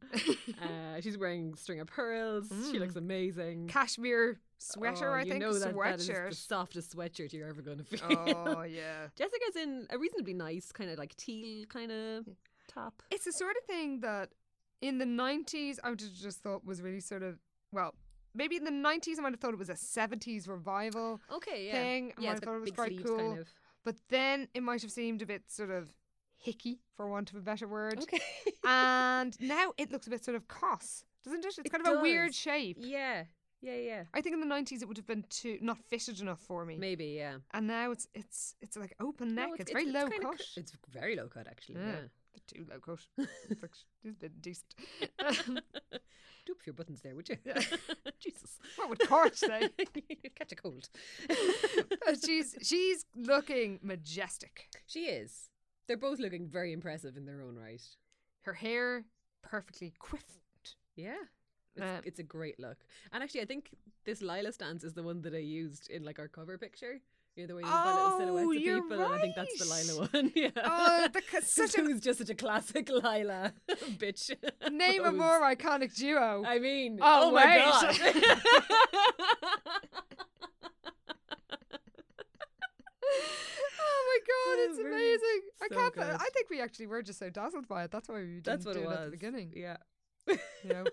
[SPEAKER 4] uh, she's wearing string of pearls. She looks amazing.
[SPEAKER 3] Cashmere Mm. sweater,
[SPEAKER 4] Oh,
[SPEAKER 3] I
[SPEAKER 4] you
[SPEAKER 3] think.
[SPEAKER 4] know that, that is the
[SPEAKER 3] Sweatshirt.
[SPEAKER 4] softest sweatshirt you're ever going to feel.
[SPEAKER 3] oh yeah.
[SPEAKER 4] Jessica's in a reasonably nice kind of like teal kind of top.
[SPEAKER 3] It's the sort of thing that in the 90s I would have just thought was really sort of, well, maybe in the 90s I might have thought it was a 70s revival,
[SPEAKER 4] Okay, yeah.
[SPEAKER 3] thing, and
[SPEAKER 4] Yeah,
[SPEAKER 3] I
[SPEAKER 4] it's got
[SPEAKER 3] thought Oh it was
[SPEAKER 4] big
[SPEAKER 3] quite
[SPEAKER 4] sleeves,
[SPEAKER 3] cool.
[SPEAKER 4] kind of.
[SPEAKER 3] but then it might have seemed a bit sort of hicky, for want of a better word.
[SPEAKER 4] Okay.
[SPEAKER 3] and now it looks a bit sort of cos, doesn't it? It's
[SPEAKER 4] It
[SPEAKER 3] kind of a weird
[SPEAKER 4] does.
[SPEAKER 3] shape.
[SPEAKER 4] yeah. Yeah, yeah.
[SPEAKER 3] I think in the 90s it would have been too not fitted enough for me.
[SPEAKER 4] Maybe, yeah.
[SPEAKER 3] And now it's it's it's like open neck.
[SPEAKER 4] No,
[SPEAKER 3] it's, very low
[SPEAKER 4] kinda
[SPEAKER 3] cut.
[SPEAKER 4] cu- It's very low cut, actually.
[SPEAKER 3] Yeah.
[SPEAKER 4] Yeah.
[SPEAKER 3] too low cut. It's like it's been decent. Um,
[SPEAKER 4] Do up your buttons there, would you? Jesus.
[SPEAKER 3] what would Cort say?
[SPEAKER 4] You'd catch a cold.
[SPEAKER 3] But she's she's looking majestic.
[SPEAKER 4] she is. They're both looking very impressive in their own right.
[SPEAKER 3] Her hair perfectly coiffed.
[SPEAKER 4] Yeah. It's,
[SPEAKER 3] Uh,
[SPEAKER 4] it's a great look. And actually, I think this Lila stance is the one that I used in like our cover picture. You know, the way you buy little
[SPEAKER 3] Oh,
[SPEAKER 4] silhouettes of
[SPEAKER 3] you're
[SPEAKER 4] people, and I think that's the Lila
[SPEAKER 3] right.
[SPEAKER 4] one. yeah.
[SPEAKER 3] Oh, the, c- such
[SPEAKER 4] Such
[SPEAKER 3] a
[SPEAKER 4] was just such a classic Lila bitch.
[SPEAKER 3] name a
[SPEAKER 4] pose.
[SPEAKER 3] more iconic duo.
[SPEAKER 4] I mean,
[SPEAKER 3] Oh,
[SPEAKER 4] oh, my
[SPEAKER 3] wait.
[SPEAKER 4] god.
[SPEAKER 3] oh my god,
[SPEAKER 4] Oh,
[SPEAKER 3] it's
[SPEAKER 4] brilliant.
[SPEAKER 3] amazing! I
[SPEAKER 4] So
[SPEAKER 3] can't. be-
[SPEAKER 4] good.
[SPEAKER 3] I think we actually were just so dazzled by it. That's why we didn't
[SPEAKER 4] That's what
[SPEAKER 3] do
[SPEAKER 4] it
[SPEAKER 3] it,
[SPEAKER 4] was.
[SPEAKER 3] at the beginning.
[SPEAKER 4] Yeah.
[SPEAKER 3] You know,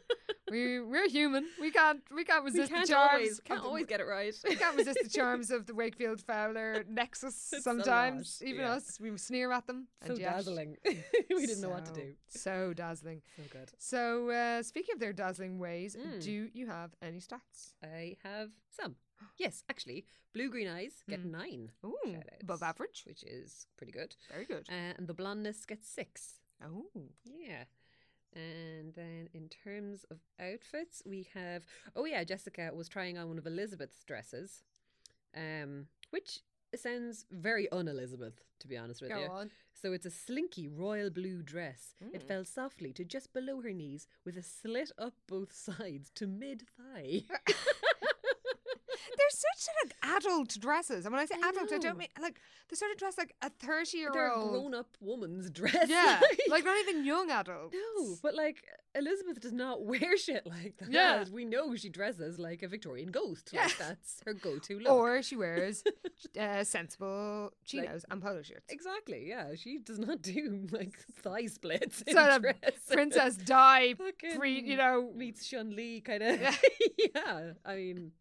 [SPEAKER 3] we we're human. We can't. We can't
[SPEAKER 4] We
[SPEAKER 3] resist
[SPEAKER 4] can't
[SPEAKER 3] the charms.
[SPEAKER 4] always, can't
[SPEAKER 3] of the-
[SPEAKER 4] always get it right.
[SPEAKER 3] we can't resist the charms of the Wakefield Fowler nexus.
[SPEAKER 4] It's a
[SPEAKER 3] sometimes,
[SPEAKER 4] lot,
[SPEAKER 3] even
[SPEAKER 4] yeah.
[SPEAKER 3] us, we sneer at them.
[SPEAKER 4] so
[SPEAKER 3] and yet-
[SPEAKER 4] dazzling. we didn't know what to
[SPEAKER 3] so-
[SPEAKER 4] do.
[SPEAKER 3] So dazzling.
[SPEAKER 4] So good.
[SPEAKER 3] So uh, speaking of their dazzling ways,
[SPEAKER 4] Mm.
[SPEAKER 3] do you have any stats?
[SPEAKER 4] I have some. Yes, actually, blue green eyes get
[SPEAKER 3] Mm.
[SPEAKER 4] nine,
[SPEAKER 3] Ooh, above
[SPEAKER 4] Shoutouts.
[SPEAKER 3] average.
[SPEAKER 4] which is pretty good.
[SPEAKER 3] Very good.
[SPEAKER 4] Uh, and the blondness gets six.
[SPEAKER 3] oh,
[SPEAKER 4] Yeah. And then in terms of outfits, we have oh yeah, Jessica was trying on one of Elizabeth's dresses, um, which sounds very un-Elizabeth to be honest with
[SPEAKER 3] go
[SPEAKER 4] you.
[SPEAKER 3] on.
[SPEAKER 4] So it's a slinky royal blue dress. It
[SPEAKER 3] Mm.
[SPEAKER 4] fell softly to just below her knees, with a slit up both sides to mid thigh.
[SPEAKER 3] There's such sort of adult dresses, and when I say
[SPEAKER 4] I
[SPEAKER 3] adult, I
[SPEAKER 4] know.
[SPEAKER 3] don't mean like the sort of dress like a
[SPEAKER 4] They're a
[SPEAKER 3] thirty-year-old.
[SPEAKER 4] grown-up woman's dress.
[SPEAKER 3] Yeah, like not even young adults.
[SPEAKER 4] No, but like Elizabeth does not wear shit like that.
[SPEAKER 3] Yeah.
[SPEAKER 4] we know she dresses like a Victorian ghost.
[SPEAKER 3] Yeah.
[SPEAKER 4] Like that's her go-to look.
[SPEAKER 3] Or she wears uh, sensible chinos and polo shirts.
[SPEAKER 4] exactly, yeah, she does not do like thigh splits. In
[SPEAKER 3] Sort of
[SPEAKER 4] dresses.
[SPEAKER 3] Princess Di, pre,
[SPEAKER 4] Fucking
[SPEAKER 3] you know.
[SPEAKER 4] meets Shun Li, kind of.
[SPEAKER 3] Yeah.
[SPEAKER 4] Yeah. I mean,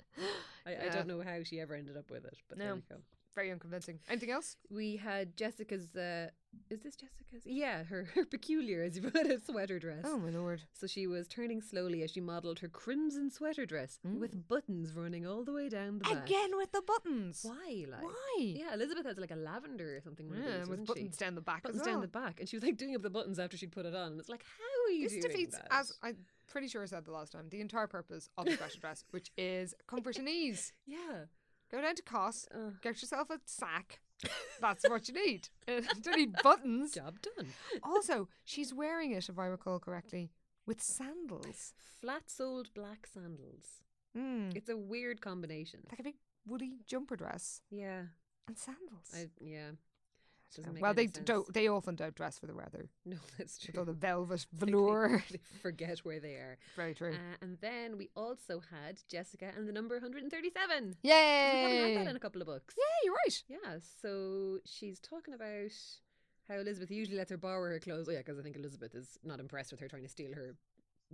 [SPEAKER 4] I, I
[SPEAKER 3] Yeah.
[SPEAKER 4] don't know how she ever ended up with it, but
[SPEAKER 3] No.
[SPEAKER 4] there we go.
[SPEAKER 3] Very unconvincing. Anything else?
[SPEAKER 4] we had Jessica's. Uh, is this Jessica's? Yeah, her, her peculiar, as you put it, sweater dress.
[SPEAKER 3] Oh my lord.
[SPEAKER 4] So she was turning slowly as she modelled her crimson sweater dress
[SPEAKER 3] Mm.
[SPEAKER 4] with buttons running all the way down the back.
[SPEAKER 3] Again with the buttons.
[SPEAKER 4] Why? Like,
[SPEAKER 3] Why?
[SPEAKER 4] Yeah, Elizabeth has like a lavender or something. one of
[SPEAKER 3] Yeah,
[SPEAKER 4] these,
[SPEAKER 3] with
[SPEAKER 4] doesn't
[SPEAKER 3] buttons
[SPEAKER 4] she?
[SPEAKER 3] down the back.
[SPEAKER 4] Buttons
[SPEAKER 3] as
[SPEAKER 4] down
[SPEAKER 3] well.
[SPEAKER 4] the back, and she was like doing up the buttons after she'd put it on, and it's like, how are you
[SPEAKER 3] This
[SPEAKER 4] doing
[SPEAKER 3] defeats,
[SPEAKER 4] that?
[SPEAKER 3] as I'm pretty sure I said the last time, the entire purpose of the special dress, which is comfort and ease.
[SPEAKER 4] yeah,
[SPEAKER 3] Go down to cost,
[SPEAKER 4] Ugh.
[SPEAKER 3] get yourself a sack. That's what you need. you don't need buttons.
[SPEAKER 4] job done.
[SPEAKER 3] Also, she's wearing it, if I recall correctly, with sandals.
[SPEAKER 4] Flat-soled black sandals.
[SPEAKER 3] Mm.
[SPEAKER 4] It's a weird combination.
[SPEAKER 3] Like a big woolly jumper dress
[SPEAKER 4] Yeah,
[SPEAKER 3] and sandals.
[SPEAKER 4] I yeah. Doesn't make
[SPEAKER 3] well,
[SPEAKER 4] any
[SPEAKER 3] they d-
[SPEAKER 4] sense.
[SPEAKER 3] don't. They often don't dress for the weather.
[SPEAKER 4] No, that's
[SPEAKER 3] With all
[SPEAKER 4] true.
[SPEAKER 3] the velvet
[SPEAKER 4] I think they-
[SPEAKER 3] velour.
[SPEAKER 4] They, forget where they are.
[SPEAKER 3] Very true.
[SPEAKER 4] Uh, and then we also had Jessica and the number 137. Because We haven't
[SPEAKER 3] Yay!
[SPEAKER 4] had that in a couple of books.
[SPEAKER 3] yeah, you're right.
[SPEAKER 4] Yeah, so she's talking about how Elizabeth usually lets her borrow her clothes. Oh, yeah, because I think Elizabeth is not impressed with her trying to steal her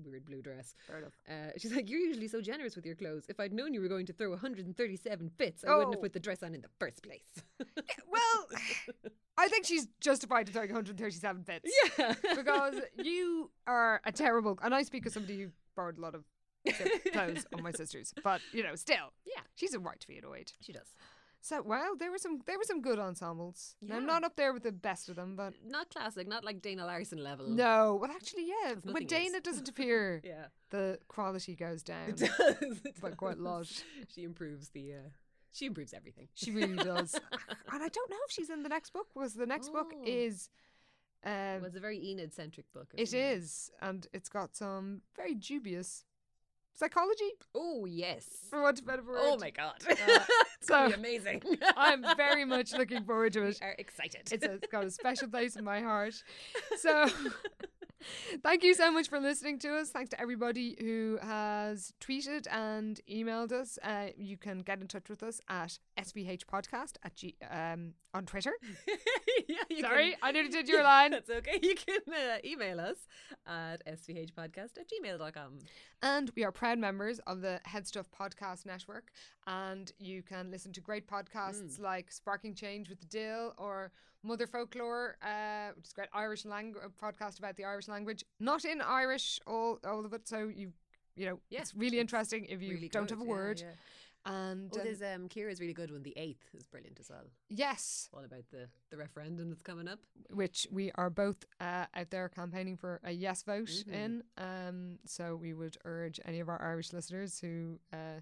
[SPEAKER 4] weird blue dress.
[SPEAKER 3] Fair enough.
[SPEAKER 4] Uh, she's like, You're usually so generous with your clothes. If I'd known you were going to throw 137 fits, I wouldn't
[SPEAKER 3] Oh.
[SPEAKER 4] have put the dress on in the first place.
[SPEAKER 3] Well, I think she's justified in throwing 137 bits.
[SPEAKER 4] yeah.
[SPEAKER 3] Because you are a terrible. And I speak as somebody who borrowed a lot of clothes on my sisters. But, you know, still.
[SPEAKER 4] Yeah.
[SPEAKER 3] She's a right to be annoyed.
[SPEAKER 4] She does.
[SPEAKER 3] So well, there were some there were some good ensembles. Now, I'm
[SPEAKER 4] Yeah.
[SPEAKER 3] not up there with the best of them, but
[SPEAKER 4] Uh, Not classic, not like Dana Larson level.
[SPEAKER 3] no. Well, actually, yeah.
[SPEAKER 4] 'Cause
[SPEAKER 3] When
[SPEAKER 4] nothing
[SPEAKER 3] Dana
[SPEAKER 4] is.
[SPEAKER 3] doesn't appear,
[SPEAKER 4] Yeah.
[SPEAKER 3] the quality goes down.
[SPEAKER 4] It does. It
[SPEAKER 3] But quite
[SPEAKER 4] does.
[SPEAKER 3] large.
[SPEAKER 4] She improves the. Uh, she improves everything.
[SPEAKER 3] She really does. and I don't know if she's in the next book. Was the next book
[SPEAKER 4] Oh.
[SPEAKER 3] is. Um,
[SPEAKER 4] Well, it's a very Enid centric book.
[SPEAKER 3] it
[SPEAKER 4] isn't
[SPEAKER 3] is, and it's got some very dubious psychology,
[SPEAKER 4] Oh yes.
[SPEAKER 3] for want of a better word.
[SPEAKER 4] Oh my god. it's
[SPEAKER 3] Uh, so-
[SPEAKER 4] gonna be amazing.
[SPEAKER 3] I'm very much looking forward to
[SPEAKER 4] We
[SPEAKER 3] it.
[SPEAKER 4] are excited.
[SPEAKER 3] It's, a, it's got a special place in my heart. So, thank you so much for listening to us. Thanks to everybody who has tweeted and emailed us. Uh, you can get in touch with us at SVH Podcast at G, um, on Twitter.
[SPEAKER 4] yeah, you
[SPEAKER 3] Sorry,
[SPEAKER 4] can-
[SPEAKER 3] I nearly did your line.
[SPEAKER 4] That's okay. You can uh, email us at svhpodcast at gmail.com.
[SPEAKER 3] And we are proud members of the Head Stuff Podcast Network. And you can listen to great
[SPEAKER 4] Mm.
[SPEAKER 3] podcasts like Sparking Change with Dill or Mother Folklore, uh, which is a great Irish language podcast about the Irish language. Not in Irish, all all of it. So you you know,
[SPEAKER 4] Yeah,
[SPEAKER 3] it's really interesting if you
[SPEAKER 4] Really
[SPEAKER 3] don't
[SPEAKER 4] good,
[SPEAKER 3] have a
[SPEAKER 4] yeah,
[SPEAKER 3] word.
[SPEAKER 4] yeah.
[SPEAKER 3] And
[SPEAKER 4] Oh,
[SPEAKER 3] um,
[SPEAKER 4] there's um, Kira's really good one. The Eighth is brilliant as well.
[SPEAKER 3] yes,
[SPEAKER 4] All about the the referendum that's coming up.
[SPEAKER 3] which we are both uh, out there campaigning for a yes vote
[SPEAKER 4] Mhm.
[SPEAKER 3] in. Um, so we would urge any of our Irish listeners who uh,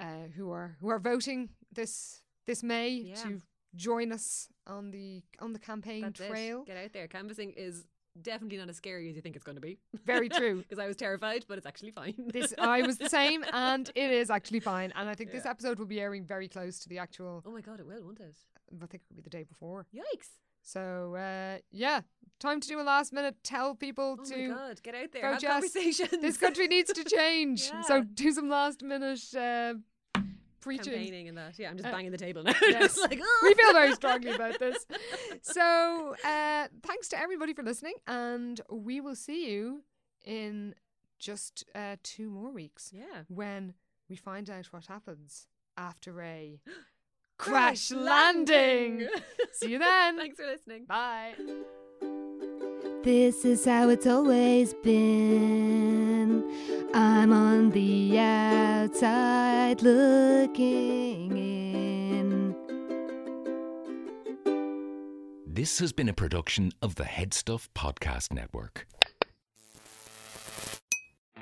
[SPEAKER 3] uh, who are who are voting this this May
[SPEAKER 4] Yeah.
[SPEAKER 3] to join us on the on the campaign
[SPEAKER 4] That's it.
[SPEAKER 3] trail.
[SPEAKER 4] Get out there. Canvassing is definitely not as scary as you think it's going to be.
[SPEAKER 3] Very true.
[SPEAKER 4] Because I was terrified, but it's actually fine.
[SPEAKER 3] This I was the same, and it is actually fine. And I think this episode will be airing very close to the actual.
[SPEAKER 4] oh my god, it will, won't it?
[SPEAKER 3] I think it will be the day before.
[SPEAKER 4] Yikes!
[SPEAKER 3] So uh, yeah, time to do a last minute. Tell people
[SPEAKER 4] Oh my
[SPEAKER 3] to
[SPEAKER 4] god, get out there,
[SPEAKER 3] vote
[SPEAKER 4] have
[SPEAKER 3] yes.
[SPEAKER 4] conversations.
[SPEAKER 3] This country needs to change. So
[SPEAKER 4] Yeah.
[SPEAKER 3] do some last minute uh, preaching.
[SPEAKER 4] campaigning and that. Yeah, I'm just banging the table now.
[SPEAKER 3] Uh, yes.
[SPEAKER 4] just like oh.
[SPEAKER 3] We feel very strongly about this. So uh, thanks to everybody for listening, and we will see you in just uh, two more weeks
[SPEAKER 4] Yeah.
[SPEAKER 3] when we find out what happens after a
[SPEAKER 4] Crash
[SPEAKER 3] crash landing. see you then.
[SPEAKER 4] Thanks for listening.
[SPEAKER 3] Bye.
[SPEAKER 2] This is how it's always been. I'm on the outside looking in.
[SPEAKER 5] This has been a production of the Head Stuff Podcast Network.